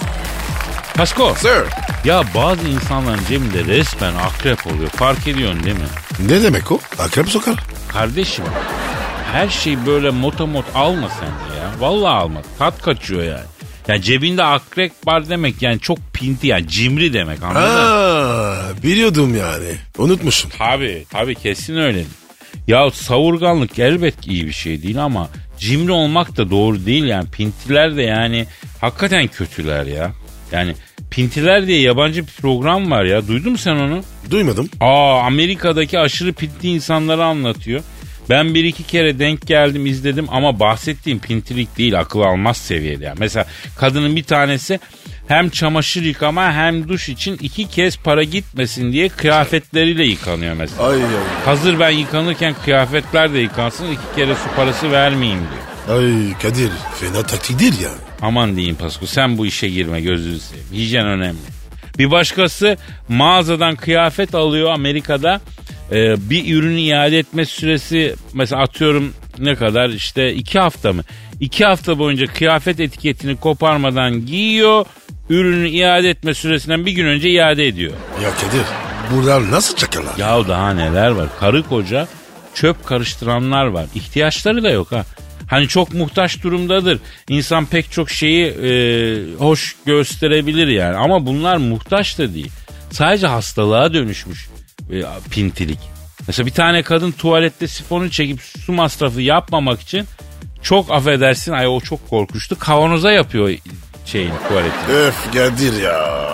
B: Pasko
C: Sir.
B: ya bazı insanların cebinde resmen akrep oluyor fark ediyorsun değil mi?
C: Ne demek o? Akrep sokar.
B: Kardeşim her şeyi böyle motomot alma sen de ya. Vallahi alma. Tat kaçıyor yani. Ya cebinde akrep var demek yani çok pinti yani cimri demek anladın mı?
C: Aa, biliyordum yani. Unutmuşum.
B: Tabii tabii kesin öyle. Ya savurganlık elbet ki iyi bir şey değil ama cimri olmak da doğru değil yani. Pintiler de yani hakikaten kötüler ya. Yani Pintiler diye yabancı bir program var ya. Duydun mu sen onu?
C: Duymadım.
B: Aa Amerika'daki aşırı pinti insanları anlatıyor. Ben bir iki kere denk geldim izledim ama bahsettiğim pintilik değil akıl almaz seviyede. Yani. Mesela kadının bir tanesi hem çamaşır yıkama hem duş için iki kez para gitmesin diye kıyafetleriyle yıkanıyor mesela.
C: Ay ay.
B: Hazır ben yıkanırken kıyafetler de yıkansın iki kere su parası vermeyeyim diyor.
C: Ay Kadir fena taktik değil ya.
B: Aman diyeyim Pasko sen bu işe girme gözünü seveyim. Hijyen önemli. Bir başkası mağazadan kıyafet alıyor Amerika'da. Ee, bir ürünü iade etme süresi mesela atıyorum ne kadar işte iki hafta mı? İki hafta boyunca kıyafet etiketini koparmadan giyiyor. Ürünü iade etme süresinden bir gün önce iade ediyor.
C: Ya Kadir bunlar nasıl çakarlar?
B: Ya daha neler var. Karı koca çöp karıştıranlar var. İhtiyaçları da yok ha. Hani çok muhtaç durumdadır. İnsan pek çok şeyi e, hoş gösterebilir yani. Ama bunlar muhtaç da değil. Sadece hastalığa dönüşmüş e, pintilik. Mesela bir tane kadın tuvalette sifonu çekip su masrafı yapmamak için çok affedersin ay o çok korkuştu kavanoza yapıyor şeyin tuvaleti.
C: Öf Kadir ya.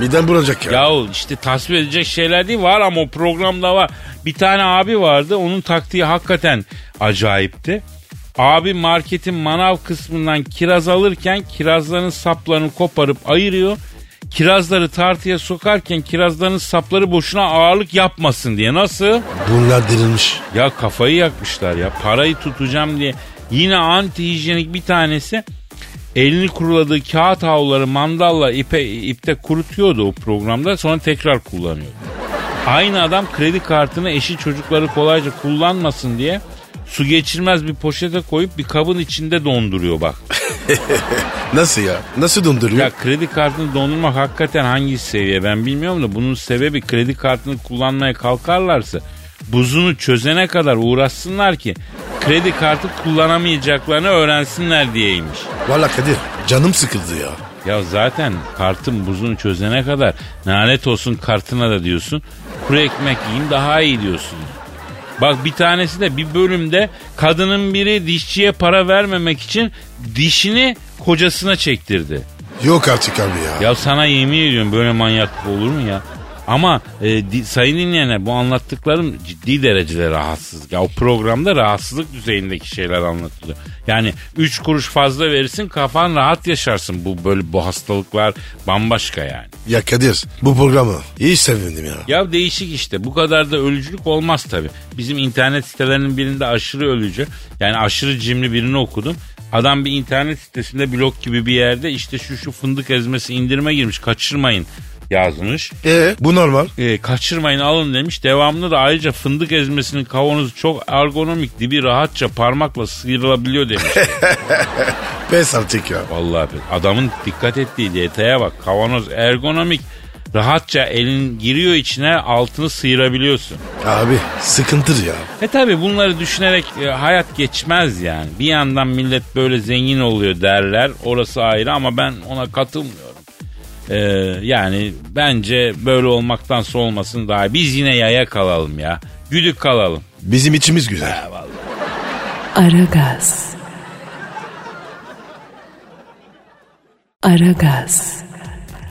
C: Midem bulacak ya.
B: Yahu işte tasvir edecek şeyler değil var ama o programda var. Bir tane abi vardı onun taktiği hakikaten acayipti. Abi marketin manav kısmından kiraz alırken kirazların saplarını koparıp ayırıyor. Kirazları tartıya sokarken kirazların sapları boşuna ağırlık yapmasın diye. Nasıl?
C: Bunlar dirilmiş.
B: Ya kafayı yakmışlar ya. Parayı tutacağım diye. Yine anti bir tanesi elini kuruladığı kağıt havluları mandalla ipe, ipte kurutuyordu o programda. Sonra tekrar kullanıyordu. Aynı adam kredi kartını eşi çocukları kolayca kullanmasın diye su geçirmez bir poşete koyup bir kabın içinde donduruyor bak.
C: Nasıl ya? Nasıl donduruyor?
B: Ya kredi kartını dondurmak hakikaten hangi seviye ben bilmiyorum da bunun sebebi kredi kartını kullanmaya kalkarlarsa buzunu çözene kadar uğraşsınlar ki kredi kartı kullanamayacaklarını öğrensinler diyeymiş.
C: Valla Kadir canım sıkıldı ya.
B: Ya zaten kartın buzunu çözene kadar lanet olsun kartına da diyorsun. Kuru ekmek yiyeyim daha iyi diyorsun. Bak bir tanesi de bir bölümde kadının biri dişçiye para vermemek için dişini kocasına çektirdi.
C: Yok artık abi ya.
B: Ya sana yemin ediyorum böyle manyaklık olur mu ya? Ama e, di- sayın dinleyenler bu anlattıklarım ciddi derecede rahatsızlık. Ya o programda rahatsızlık düzeyindeki şeyler anlatılıyor. Yani 3 kuruş fazla verirsin kafan rahat yaşarsın. Bu böyle bu hastalıklar bambaşka yani.
C: Ya Kadir bu programı hiç sevmedim ya.
B: Ya değişik işte. Bu kadar da ölücülük olmaz tabii. Bizim internet sitelerinin birinde aşırı ölücü. Yani aşırı cimri birini okudum. Adam bir internet sitesinde blog gibi bir yerde işte şu şu fındık ezmesi indirime girmiş kaçırmayın yazmış.
C: E bu normal.
B: E, kaçırmayın alın demiş. Devamlı da ayrıca fındık ezmesinin kavanozu çok ergonomik dibi rahatça parmakla sıyrılabiliyor demiş.
C: Pes artık ya.
B: Vallahi be. adamın dikkat ettiği detaya bak. Kavanoz ergonomik. Rahatça elin giriyor içine altını sıyırabiliyorsun.
C: Abi sıkıntır ya.
B: E tabi bunları düşünerek e, hayat geçmez yani. Bir yandan millet böyle zengin oluyor derler. Orası ayrı ama ben ona katılmıyorum. E, yani bence böyle olmaktansa olmasın daha iyi. Biz yine yaya kalalım ya. Güdük kalalım.
C: Bizim içimiz güzel.
A: Aragaz. Aragaz.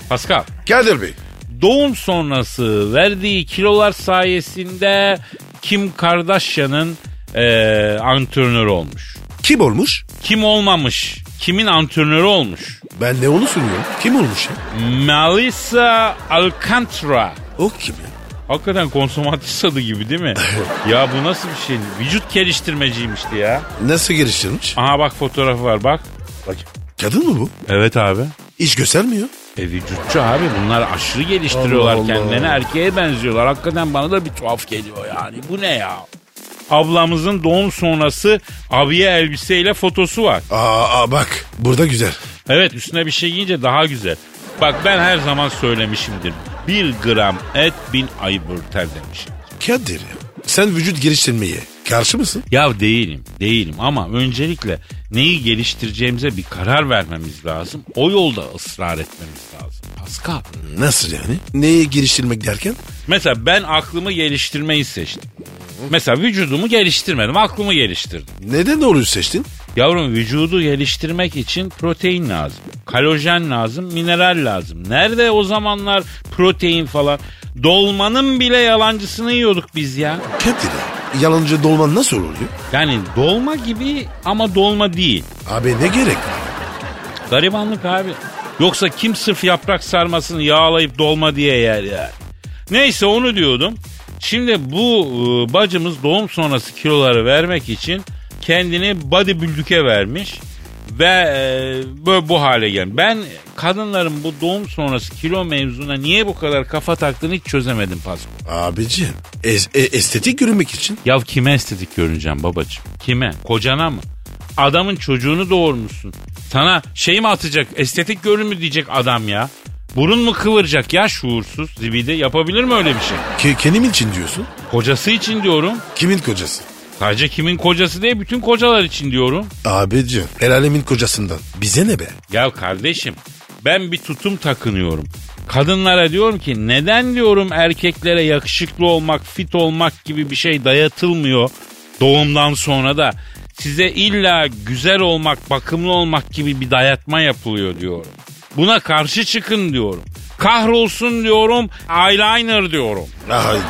B: Pascal.
C: Kadir Bey.
B: Doğum sonrası verdiği kilolar sayesinde Kim Kardashian'ın e, antrenörü olmuş.
C: Kim olmuş?
B: Kim olmamış, kimin antrenörü olmuş?
C: Ben de onu sunuyorum. Kim olmuş ya?
B: Melissa Alcantara.
C: O kim ya?
B: Hakikaten konsomatis adı gibi değil mi? ya bu nasıl bir şey? Vücut geliştirmeciymişti ya.
C: Nasıl geliştirilmiş?
B: Aha bak fotoğrafı var bak.
C: Kadın mı bu?
B: Evet abi.
C: Hiç göstermiyor.
B: E vücutçu abi bunlar aşırı geliştiriyorlar
C: Allah Allah.
B: kendilerini. Erkeğe benziyorlar. Hakikaten bana da bir tuhaf geliyor yani. Bu ne ya? Ablamızın doğum sonrası abiye elbiseyle fotosu var.
C: Aa, aa, bak burada güzel.
B: Evet üstüne bir şey giyince daha güzel. Bak ben her zaman söylemişimdir. Bir gram et bin ayıbırter demişim.
C: Kadir ya, sen vücut geliştirmeye karşı mısın?
B: Ya değilim, değilim ama öncelikle neyi geliştireceğimize bir karar vermemiz lazım. O yolda ısrar etmemiz lazım. Pascal.
C: Nasıl yani? Neyi geliştirmek derken?
B: Mesela ben aklımı geliştirmeyi seçtim. Mesela vücudumu geliştirmedim, aklımı geliştirdim.
C: Neden doğruyu seçtin?
B: Yavrum vücudu geliştirmek için protein lazım, kalojen lazım, mineral lazım. Nerede o zamanlar protein falan? Dolmanın bile yalancısını yiyorduk biz ya.
C: Kadir ya, yalancı dolman nasıl oluyor?
B: Yani dolma gibi ama dolma değil.
C: Abi ne gerek var?
B: Garibanlık abi. Yoksa kim sırf yaprak sarmasını yağlayıp dolma diye yer ya. Neyse onu diyordum. Şimdi bu e, bacımız doğum sonrası kiloları vermek için kendini bodybuilding'e vermiş ve e, böyle bu hale gelmiş. Ben kadınların bu doğum sonrası kilo mevzuna niye bu kadar kafa taktığını hiç çözemedim Pasko.
C: Abiciğim es- e- estetik görünmek için.
B: Ya kime estetik görüneceğim babacığım? Kime? Kocana mı? Adamın çocuğunu doğurmuşsun. Sana şey mi atacak? Estetik görünümü diyecek adam ya. Burun mu kıvıracak ya şuursuz zibide? Yapabilir mi öyle bir şey?
C: Ke- kendim için diyorsun.
B: Kocası için diyorum.
C: Kimin kocası?
B: Sadece kimin kocası değil bütün kocalar için diyorum.
C: Abiciğim el alemin kocasından. Bize ne be?
B: Ya kardeşim ben bir tutum takınıyorum. Kadınlara diyorum ki neden diyorum erkeklere yakışıklı olmak, fit olmak gibi bir şey dayatılmıyor doğumdan sonra da. Size illa güzel olmak, bakımlı olmak gibi bir dayatma yapılıyor diyorum. Buna karşı çıkın diyorum. Kahrolsun diyorum, eyeliner diyorum.
C: Hayda.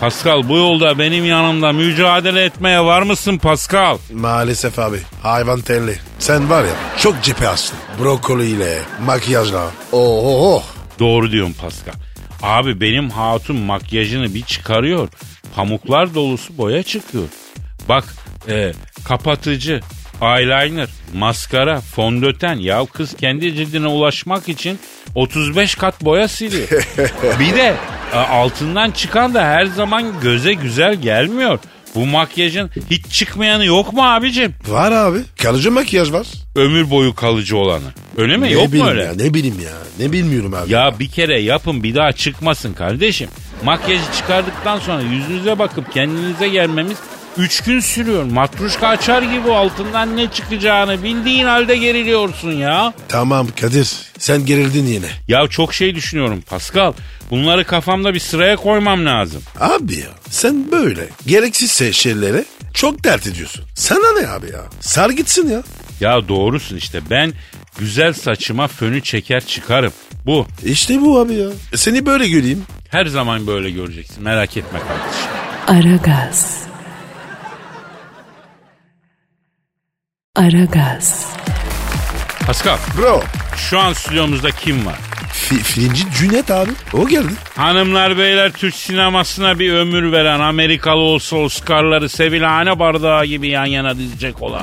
B: Pascal bu yolda benim yanımda mücadele etmeye var mısın Pascal?
C: Maalesef abi hayvan telli. Sen var ya çok cephe açtın. Brokoliyle, makyajla. Oho.
B: Doğru diyorsun Pascal. Abi benim hatun makyajını bir çıkarıyor. Pamuklar dolusu boya çıkıyor. Bak e, kapatıcı, eyeliner, maskara, fondöten. Ya kız kendi cildine ulaşmak için 35 kat boya siliyor. bir de e, altından çıkan da her zaman göze güzel gelmiyor. Bu makyajın hiç çıkmayanı yok mu abicim?
C: Var abi. Kalıcı makyaj var.
B: Ömür boyu kalıcı olanı. Öyle mi?
C: Ne
B: yok mu
C: bileyim
B: öyle?
C: Ya, ne bileyim ya. Ne bilmiyorum abi.
B: Ya bir kere yapın bir daha çıkmasın kardeşim. Makyajı çıkardıktan sonra yüzünüze bakıp kendinize gelmemiz Üç gün sürüyor. Matruşka açar gibi altından ne çıkacağını bildiğin halde geriliyorsun ya.
C: Tamam Kadir sen gerildin yine.
B: Ya çok şey düşünüyorum Pascal. Bunları kafamda bir sıraya koymam lazım.
C: Abi ya sen böyle gereksiz se- şeylere çok dert ediyorsun. Sana ne abi ya? Sar gitsin ya.
B: Ya doğrusun işte ben güzel saçıma fönü çeker çıkarım. Bu.
C: İşte bu abi ya. E Seni böyle göreyim.
B: Her zaman böyle göreceksin merak etme kardeşim.
A: Aragaz. Aragaz.
B: Pascal
C: Bro.
B: şu an stüdyomuzda kim var?
C: Fi filmci Cüneyt abi. O geldi.
B: Hanımlar beyler Türk sinemasına bir ömür veren Amerikalı olsa Oscar'ları Sevilhane bardağı gibi yan yana dizecek olan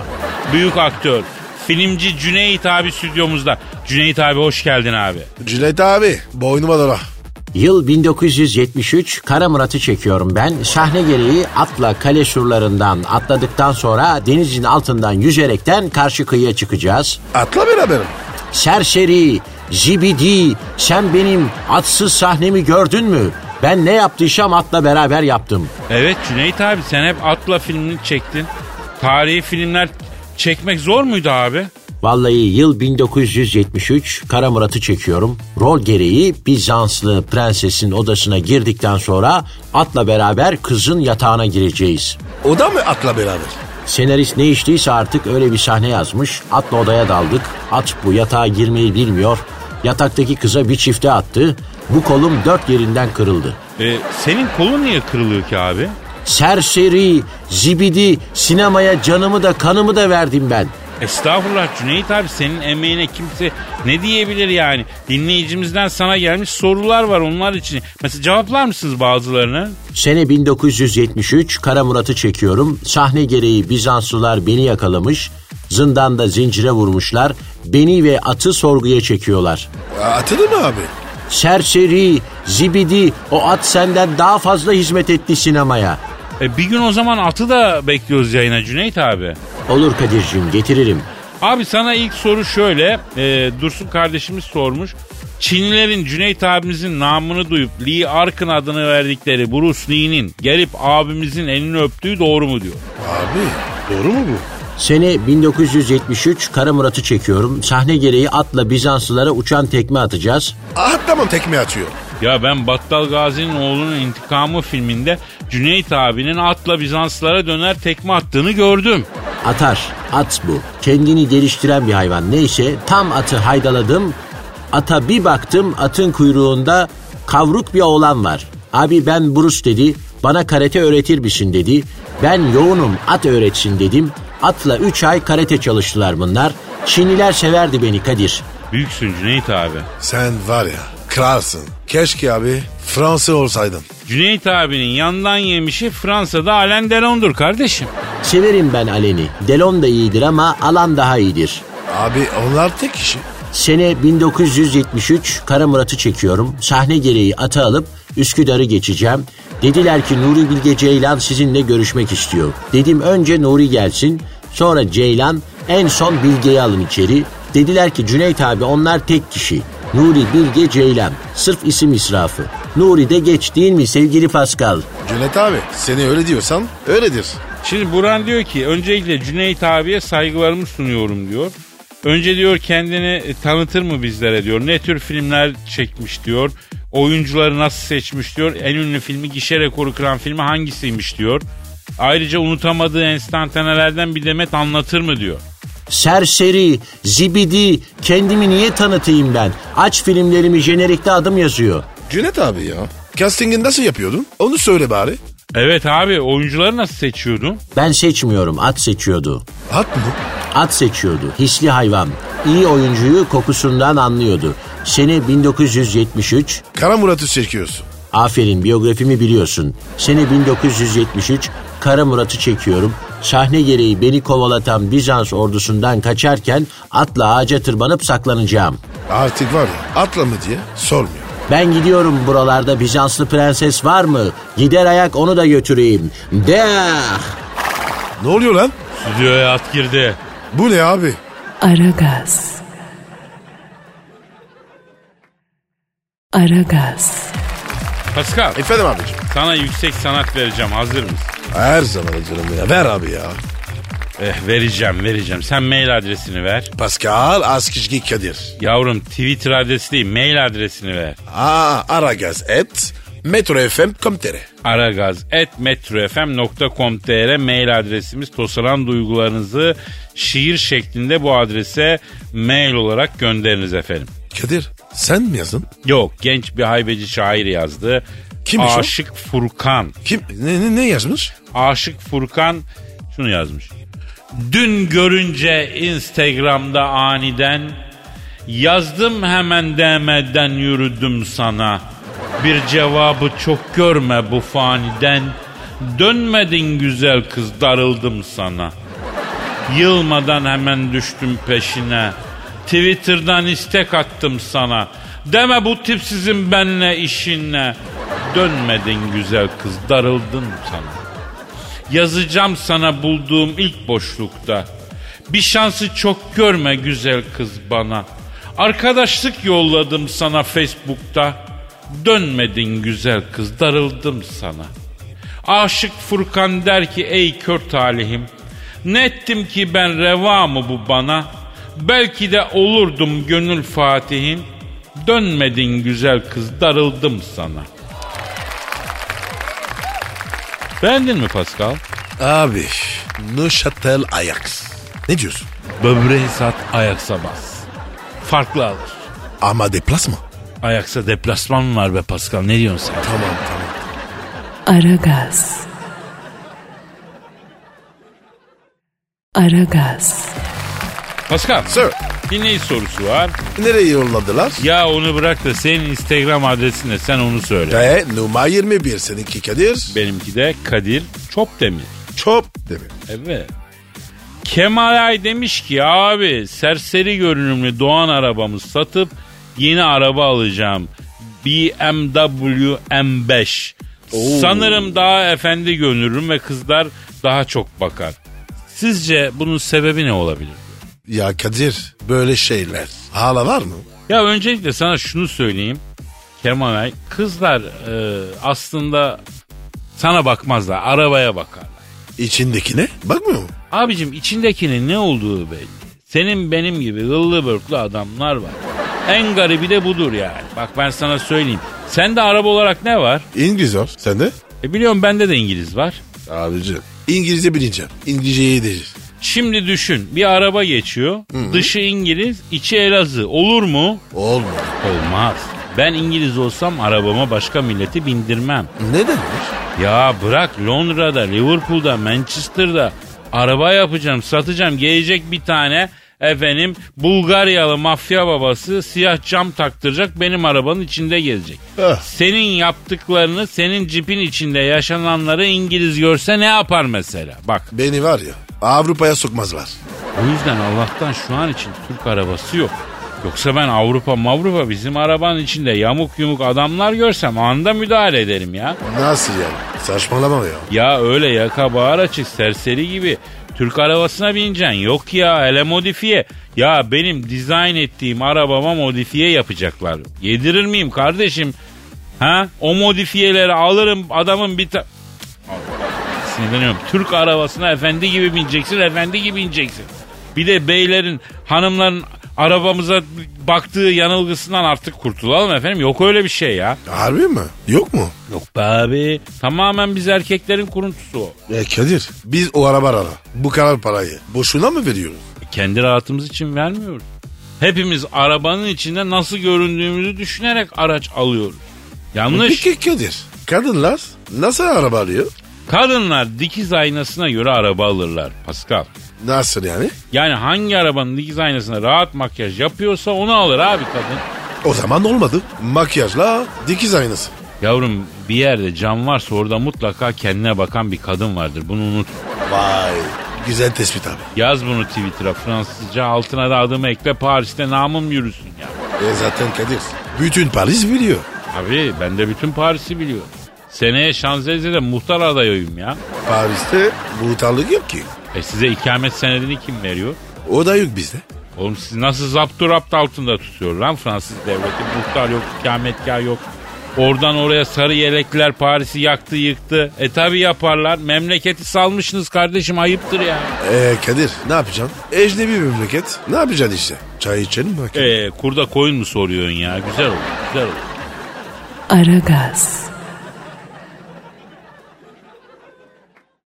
B: büyük aktör. Filmci Cüneyt abi stüdyomuzda. Cüneyt abi hoş geldin abi.
C: Cüneyt abi. Boynuma dola.
D: Yıl 1973 Kara Murat'ı çekiyorum ben. Sahne gereği atla kale surlarından atladıktan sonra denizin altından yüzerekten karşı kıyıya çıkacağız.
C: Atla beraberim.
D: Serseri, zibidi, sen benim atsız sahnemi gördün mü? Ben ne yaptıysam atla beraber yaptım.
B: Evet Cüneyt abi sen hep Atla filmini çektin. Tarihi filmler çekmek zor muydu abi?
D: Vallahi yıl 1973 Kara Murat'ı çekiyorum. Rol gereği Bizanslı prensesin odasına girdikten sonra atla beraber kızın yatağına gireceğiz.
C: O da mı atla beraber?
D: Senarist ne işteyse artık öyle bir sahne yazmış. Atla odaya daldık. At bu yatağa girmeyi bilmiyor. Yataktaki kıza bir çifte attı. Bu kolum dört yerinden kırıldı.
B: Ee, senin kolun niye kırılıyor ki abi?
D: Serseri, zibidi, sinemaya canımı da kanımı da verdim ben.
B: Estağfurullah Cüneyt abi senin emeğine kimse ne diyebilir yani? Dinleyicimizden sana gelmiş sorular var onlar için. Mesela cevaplar mısınız bazılarını?
D: Sene 1973 Kara Murat'ı çekiyorum. Sahne gereği Bizanslılar beni yakalamış. Zindanda zincire vurmuşlar. Beni ve atı sorguya çekiyorlar.
C: E, Atılır mı abi?
D: Serseri, zibidi, o at senden daha fazla hizmet etti sinemaya.
B: E, bir gün o zaman atı da bekliyoruz yayına Cüneyt abi.
D: Olur Kadir'cim getiririm.
B: Abi sana ilk soru şöyle. E, Dursun kardeşimiz sormuş. Çinlilerin Cüneyt abimizin namını duyup Lee Arkın adını verdikleri Bruce Lee'nin gelip abimizin elini öptüğü doğru mu diyor.
C: Abi doğru mu bu?
D: Sene 1973 Kara Murat'ı çekiyorum. Sahne gereği atla Bizanslılara uçan tekme atacağız.
C: Atlamam Ah, tekme atıyor.
B: Ya ben Battal Gazi'nin oğlunun intikamı filminde Cüneyt abinin atla Bizanslara döner tekme attığını gördüm.
D: Atar. At bu. Kendini geliştiren bir hayvan. Neyse tam atı haydaladım. Ata bir baktım atın kuyruğunda kavruk bir oğlan var. Abi ben Bruce dedi. Bana karate öğretir misin dedi. Ben yoğunum at öğretsin dedim. Atla 3 ay karate çalıştılar bunlar. Çinliler severdi beni Kadir.
B: Büyüksün Cüneyt abi.
C: Sen var ya kralsın. Keşke abi Fransa olsaydın.
B: Cüneyt abinin yandan yemişi Fransa'da Alain Delon'dur kardeşim.
D: Severim ben Aleni. Delon da iyidir ama Alan daha iyidir.
C: Abi onlar tek kişi.
D: Sene 1973 Kara Murat'ı çekiyorum. Sahne gereği ata alıp Üsküdar'ı geçeceğim. Dediler ki Nuri Bilge Ceylan sizinle görüşmek istiyor. Dedim önce Nuri gelsin sonra Ceylan en son Bilge'yi alın içeri. Dediler ki Cüneyt abi onlar tek kişi. Nuri Bilge Ceylan sırf isim israfı. Nuri de geç değil mi sevgili Pascal?
C: Cüneyt abi seni öyle diyorsan öyledir.
B: Şimdi Buran diyor ki öncelikle Cüneyt abiye saygılarımı sunuyorum diyor. Önce diyor kendini e, tanıtır mı bizlere diyor. Ne tür filmler çekmiş diyor. Oyuncuları nasıl seçmiş diyor. En ünlü filmi gişe rekoru kıran filmi hangisiymiş diyor. Ayrıca unutamadığı enstantanelerden bir demet anlatır mı diyor.
D: Serseri, zibidi, kendimi niye tanıtayım ben? Aç filmlerimi jenerikte adım yazıyor.
C: Cüneyt abi ya. Casting'i nasıl yapıyordun? Onu söyle bari.
B: Evet abi oyuncuları nasıl seçiyordun?
D: Ben seçmiyorum, at seçiyordu.
C: At mı?
D: At seçiyordu, hisli hayvan. İyi oyuncuyu kokusundan anlıyordu. Sene 1973,
C: Kara Murat'ı çekiyorsun.
D: aferin biyografimi biliyorsun. Sene 1973, Kara Murat'ı çekiyorum. Sahne gereği beni kovalatan Bizans ordusundan kaçarken atla ağaca tırmanıp saklanacağım.
C: Artık var ya atla mı diye sormuyor.
D: Ben gidiyorum buralarda Bizanslı prenses var mı? Gider ayak onu da götüreyim. Dah!
C: Ne oluyor lan?
B: Stüdyoya at girdi.
C: Bu ne abi?
A: Aragaz. Aragaz.
B: Pascal
C: Efendim abicim.
B: sana yüksek sanat vereceğim hazır mısın?
C: Her zaman hazırım ya. Ver abi ya.
B: Eh, vereceğim vereceğim. Sen mail adresini ver.
C: Pascal Askizgi Kadir.
B: Yavrum Twitter adresi değil mail adresini ver.
C: Aa, Aragaz et metrofm.com.tr
B: aragaz.metrofm.com.tr mail adresimiz. Tosaran duygularınızı şiir şeklinde bu adrese mail olarak gönderiniz efendim.
C: Kadir sen mi yazdın?
B: Yok genç bir haybeci şair yazdı.
C: Kimmiş o?
B: Aşık Furkan.
C: Kim? Ne, ne, ne yazmış?
B: Aşık Furkan şunu yazmış. Dün görünce Instagram'da aniden yazdım hemen DM'den yürüdüm sana. Bir cevabı çok görme bu faniden. Dönmedin güzel kız darıldım sana. Yılmadan hemen düştüm peşine. Twitter'dan istek attım sana. Deme bu tip sizin benle işinle. Dönmedin güzel kız darıldım sana. Yazacağım sana bulduğum ilk boşlukta. Bir şansı çok görme güzel kız bana. Arkadaşlık yolladım sana Facebook'ta. Dönmedin güzel kız darıldım sana. Aşık Furkan der ki ey kör talihim. Ne ettim ki ben reva mı bu bana? Belki de olurdum gönül fatihin. Dönmedin güzel kız darıldım sana. Beğendin mi Pascal?
C: Abi Neuchâtel Ajax. Ne diyorsun?
B: Böbreği sat ayaksa bas. Farklı alır.
C: Ama deplas mı?
B: Ayaksa deplasman var be Pascal ne diyorsun sen?
C: Tamam tamam.
A: Aragaz. Aragaz.
B: Pascal
C: Sir
B: dinleyici sorusu var.
C: nereye yolladılar?
B: Ya onu bırak da senin Instagram adresin ne sen onu söyle.
C: Ve numara 21 seninki Kadir.
B: Benimki de Kadir Çopdemir.
C: Çok değil mi?
B: Evet. Kemal Ay demiş ki abi serseri görünümlü Doğan arabamı satıp yeni araba alacağım. BMW M5. Sanırım daha efendi görünürüm ve kızlar daha çok bakar. Sizce bunun sebebi ne olabilir?
C: Ya Kadir böyle şeyler. Hala var mı?
B: Ya öncelikle sana şunu söyleyeyim. Kemalay kızlar e, aslında sana bakmazlar arabaya bakar.
C: İçindekine bakmıyor mu?
B: Abicim içindekinin ne olduğu belli. Senin benim gibi hıllı börklü adamlar var. En garibi de budur yani. Bak ben sana söyleyeyim. Sende araba olarak ne var?
C: İngiliz var. Sen de?
B: E biliyorum bende de İngiliz var.
C: Abici. İngilizce bileceğim. İngilizceyi edeceğiz.
B: Şimdi düşün bir araba geçiyor. Dışı İngiliz, içi Elazığ. Olur mu?
C: Olmadı.
B: Olmaz. Ben İngiliz olsam arabama başka milleti bindirmem.
C: Ne demiş?
B: Ya bırak Londra'da, Liverpool'da, Manchester'da araba yapacağım, satacağım. Gelecek bir tane efendim Bulgaryalı mafya babası siyah cam taktıracak benim arabanın içinde gezecek.
C: Eh.
B: Senin yaptıklarını senin cipin içinde yaşananları İngiliz görse ne yapar mesela? Bak
C: Beni var ya Avrupa'ya sokmazlar.
B: o yüzden Allah'tan şu an için Türk arabası yok. Yoksa ben Avrupa Mavrupa bizim arabanın içinde yamuk yumuk adamlar görsem anında müdahale ederim ya.
C: Nasıl yani? Saçmalama ya.
B: Ya öyle yaka bağır açık serseri gibi. Türk arabasına bineceksin. Yok ya hele modifiye. Ya benim dizayn ettiğim arabama modifiye yapacaklar. Yedirir miyim kardeşim? Ha? O modifiyeleri alırım adamın bir ta... Allah, Sinirleniyorum. Türk arabasına efendi gibi bineceksin, efendi gibi ineceksin. Bir de beylerin, hanımların arabamıza baktığı yanılgısından artık kurtulalım efendim. Yok öyle bir şey ya.
C: Harbi mi? Yok mu?
B: Yok be abi. Tamamen biz erkeklerin kuruntusu o.
C: E Kadir biz o araba ara. Bu kadar parayı. Boşuna mı veriyoruz?
B: Kendi rahatımız için vermiyoruz. Hepimiz arabanın içinde nasıl göründüğümüzü düşünerek araç alıyoruz. Yanlış.
C: Peki Kadir. Kadınlar nasıl araba alıyor?
B: Kadınlar dikiz aynasına göre araba alırlar Pascal.
C: Nasıl yani?
B: Yani hangi arabanın dikiz aynasına rahat makyaj yapıyorsa onu alır abi kadın.
C: O zaman olmadı. Makyajla dikiz aynası.
B: Yavrum bir yerde cam varsa orada mutlaka kendine bakan bir kadın vardır. Bunu unut.
C: Vay. Güzel tespit abi.
B: Yaz bunu Twitter'a Fransızca altına da adımı ekle Paris'te namım yürüsün ya.
C: E zaten Kadir. Bütün Paris biliyor.
B: Abi ben de bütün Paris'i biliyorum. Seneye Şanzelize'de muhtar adayıyım ya.
C: Paris'te muhtarlık yok ki.
B: E size ikamet senedini kim veriyor?
C: O da yok bizde.
B: Oğlum siz nasıl zapturapt altında tutuyor lan Fransız devleti? Muhtar yok, ikametgah yok. Oradan oraya sarı yelekliler Paris'i yaktı yıktı. E tabi yaparlar. Memleketi salmışsınız kardeşim ayıptır ya.
C: Ee Kadir ne yapacaksın? Ecnebi memleket. Ne yapacaksın işte? Çay içelim mi? hakikaten?
B: E kurda koyun mu soruyorsun ya? Güzel oldu güzel oldu.
A: Aragaz.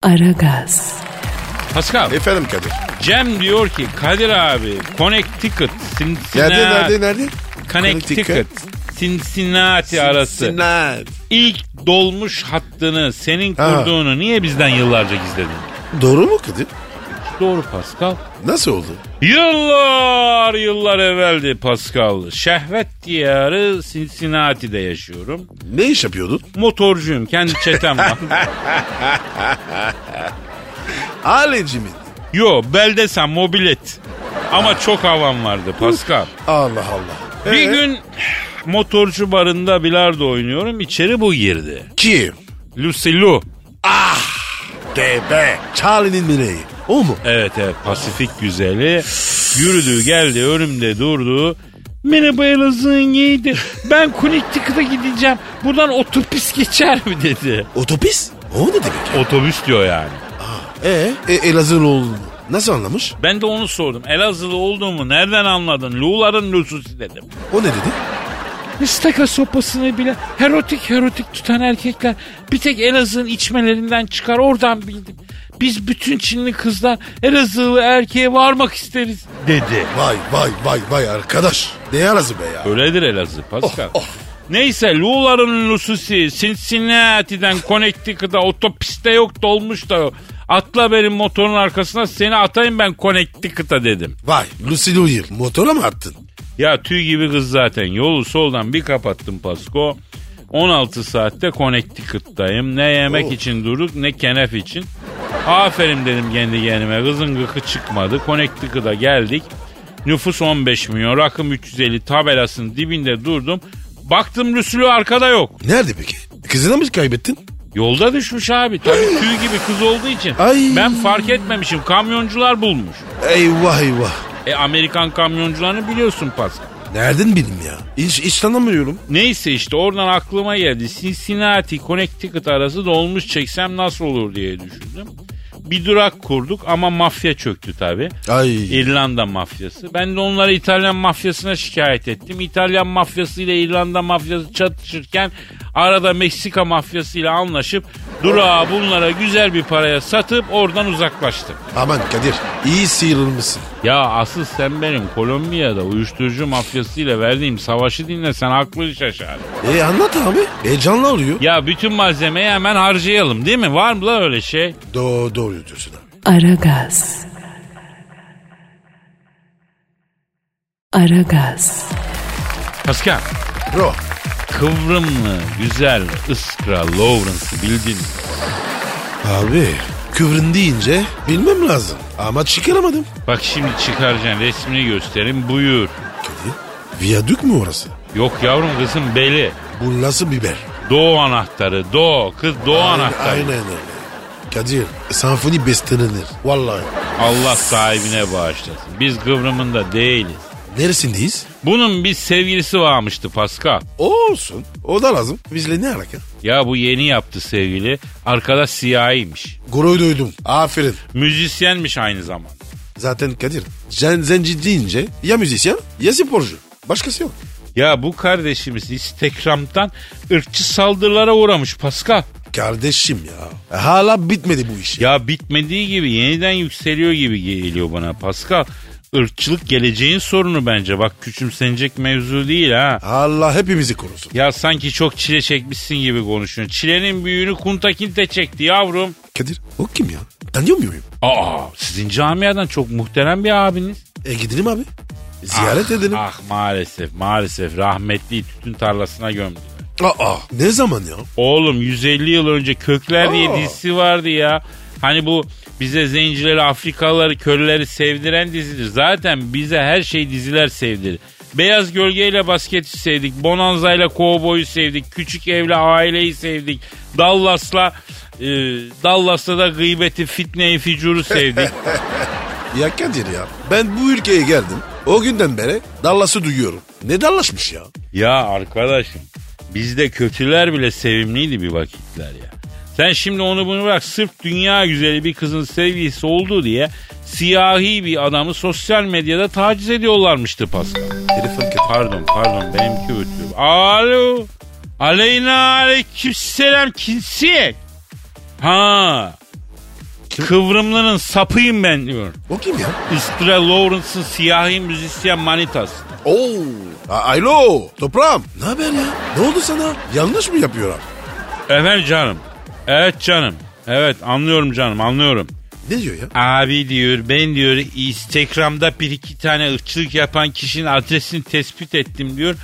A: Aragaz.
B: Pascal,
C: Efendim Kadir.
B: Cem diyor ki Kadir abi Connecticut,
C: Nerede nerede
B: Cincinnati,
C: nerede?
B: Connecticut, Cincinnati arası.
C: Sinat.
B: İlk dolmuş hattını senin
C: Ha.
B: kurduğunu niye bizden yıllarca gizledin?
C: Doğru mu Kadir?
B: Doğru Pascal.
C: Nasıl oldu?
B: Yıllar yıllar evveldi Pascal. Şehvet diyarı Cincinnati'de yaşıyorum.
C: Ne iş yapıyordun?
B: Motorcuyum kendi çetem var.
C: Aleci mi?
B: Yo bel desem mobilet. Ama çok havam vardı Pascal.
C: Allah Allah.
B: Bir gün motorcu barında bilardo oynuyorum. İçeri bu girdi.
C: Kim?
B: Lucy Lou.
C: DB. Charlie'nin bireyi. O mu?
B: Evet evet Pasifik güzeli. Yürüdü geldi önümde durdu. Merhaba Elazığ'ın yiğidi. Ben Connecticut'a gideceğim. Buradan otopis geçer mi dedi.
C: Otopis? O ne demek?
B: Otobüs diyor yani.
C: Ee? E, Elazığlı oğlunu. Nasıl anlamış?
B: Ben de onu sordum. Elazığlı olduğumu nereden anladın? Luğların Lususi dedim.
C: O ne dedi?
B: İstaka sopasını bile herotik herotik tutan erkekler bir tek Elazığ'ın içmelerinden çıkar oradan bildim. Biz bütün Çinli kızlar Elazığlı erkeğe varmak isteriz dedi.
C: Vay vay vay vay arkadaş. Ne yarası be ya?
B: Öyledir Elazığ Pascal.
C: Oh, oh.
B: Neyse Luğların Lususi Cincinnati'den Connecticut'a otopiste yok dolmuş da atla benim motorun arkasına seni atayım ben Connecticut'a dedim.
C: Vay Lucy Louie motora mı attın?
B: Ya tüy gibi kız zaten. Yolu soldan bir kapattım Pasko. 16 saatte Connecticut'tayım. Ne yemek
C: Oo.
B: için durduk ne kenef için. Aferin dedim kendi kendime. Kızın gıkı çıkmadı. Connecticut'a geldik. Nüfus 15 milyon. Rakım 350 tabelasının dibinde durdum. Baktım Rüsülü arkada yok.
C: Nerede peki? Kızını mı kaybettin?
B: Yolda düşmüş abi. Tabii tüy gibi kız olduğu için.
C: Ay.
B: Ben fark etmemişim. Kamyoncular bulmuş.
C: Eyvah eyvah.
B: E Amerikan kamyoncularını biliyorsun Pascal.
C: Nereden bileyim ya? Hiç, hiç tanımıyorum.
B: Neyse işte oradan aklıma geldi. Cincinnati, Connecticut arası dolmuş çeksem nasıl olur diye düşündüm. Bir durak kurduk ama mafya çöktü tabi.
C: Ay.
B: İrlanda mafyası. Ben de onları İtalyan mafyasına şikayet ettim. İtalyan mafyası ile İrlanda mafyası çatışırken arada Meksika mafyası ile anlaşıp durağı bunlara güzel bir paraya satıp oradan uzaklaştık.
C: Aman Kadir iyi sıyrılmışsın.
B: Ya asıl sen benim Kolombiya'da uyuşturucu mafyası ile verdiğim savaşı dinlesen aklın şaşar.
C: E anlat abi. Heyecanlı oluyor.
B: Ya bütün malzemeyi hemen harcayalım değil mi? Var mı la öyle şey?
C: Do doğru diyorsun abi.
A: Aragaz. Aragaz.
B: Pascal,
C: Bro.
B: kıvrımlı, güzel, ıskra, Lawrence'ı bildin. mi?
C: Abi kıvrın deyince bilmem lazım. Ama çıkaramadım.
B: Bak şimdi çıkaracaksın resmini göstereyim buyur.
C: Kadir viyadük mü orası?
B: Yok yavrum kızın beli.
C: Bu nasıl biber?
B: Doğu anahtarı, doğu. Kız doğu anahtarı.
C: Aynen öyle. Kadir sanfoni bestelenir. Vallahi.
B: Allah sahibine bağışlasın. Biz kıvrımında değiliz.
C: Neresindeyiz?
B: Bunun bir sevgilisi varmıştı Pascal.
C: Olsun. O da lazım. Bizle ne alaka?
B: Ya bu yeni yaptı sevgili. Arkada siyahiymiş.
C: Gurur duydum. Aferin.
B: Müzisyenmiş aynı zamanda.
C: Zaten Kadir zen, zenci deyince ya müzisyen ya sporcu. Başkası yok.
B: Ya bu kardeşimiz Instagram'dan ırkçı saldırılara uğramış Pascal.
C: Kardeşim ya. Hala bitmedi bu iş.
B: Ya bitmediği gibi yeniden yükseliyor gibi geliyor bana Pascal. Irkçılık geleceğin sorunu bence. Bak küçümsenecek mevzu değil ha.
C: Allah hepimizi korusun.
B: Ya sanki çok çile çekmişsin gibi konuşuyorsun. Çilenin büyüğünü kuntakinte çekti yavrum.
C: Kadir o kim ya? Tanıyor muyum?
B: Aa sizin camiadan çok muhterem bir abiniz.
C: E gidelim abi. Ziyaret edelim.
B: Ah maalesef maalesef rahmetli tütün tarlasına gömdü.
C: Aa ne zaman ya?
B: Oğlum 150 yıl önce Kökler diye
C: Aa.
B: dizisi vardı ya. Hani bu bize zencileri, Afrikalıları, köleleri sevdiren dizidir. Zaten bize her şey diziler sevdirir. Beyaz gölgeyle basketi sevdik. Bonanza'yla kovboyu sevdik. Küçük evle aileyi sevdik. Dallas'la e, Dallas'ta da gıybeti, fitneyi, ficuru sevdik.
C: Ya Kadir ya ben bu ülkeye geldim. O günden beri Dallas'ı duyuyorum. Ne Dallas'mış ya?
B: ya arkadaşım Bizde kötüler bile sevimliydi bir vakitler ya. Sen şimdi onu bunu bırak sırf dünya güzeli bir kızın sevgilisi oldu diye siyahi bir adamı sosyal medyada taciz ediyorlarmıştı Pascal.
C: Telefon kötü.
B: Pardon pardon benimki ötüyor. Alo. Aleyna aleykümselam kimsin? Ha. Kıvrımlının sapıyım ben diyor.
C: O kim ya?
B: Istra Lawrence'ın siyahi müzisyen manitası.
C: Oo. A- Alo. Toprağım. Ne haber ya? Ne oldu sana? Yanlış mı yapıyorum?
B: Efendim canım. Evet canım. Evet anlıyorum canım anlıyorum.
C: Ne diyor ya?
B: Abi diyor ben diyor Instagram'da bir iki tane ırkçılık yapan kişinin adresini tespit ettim diyor.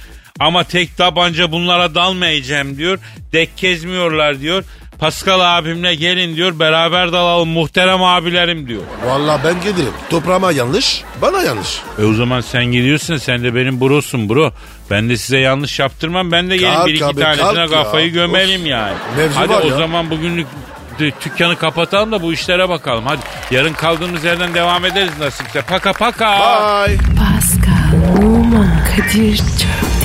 B: Ama tek tabanca bunlara dalmayacağım diyor. Dek gezmiyorlar diyor. Pascal abimle gelin diyor. Beraber dalalım muhterem abilerim diyor.
C: Vallahi ben gelirim. Toprağıma yanlış, bana yanlış.
B: E o zaman sen gidiyorsun sen de benim brosun bro. Ben de size yanlış yaptırmam. Ben de gelin
C: Kalk
B: bir iki
C: abi,
B: tanesine
C: kalk ya.
B: kafayı gömelim
C: Of.
B: yani.
C: Mevzu
B: Hadi
C: var
B: o
C: ya.
B: zaman bugünlük dü- dükkanı kapatalım da bu işlere bakalım. Hadi yarın kaldığımız yerden devam ederiz nasipse. Paka paka.
C: Bye.
A: Pascal, Oman, Kadir çok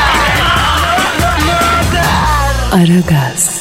A: Aragaz.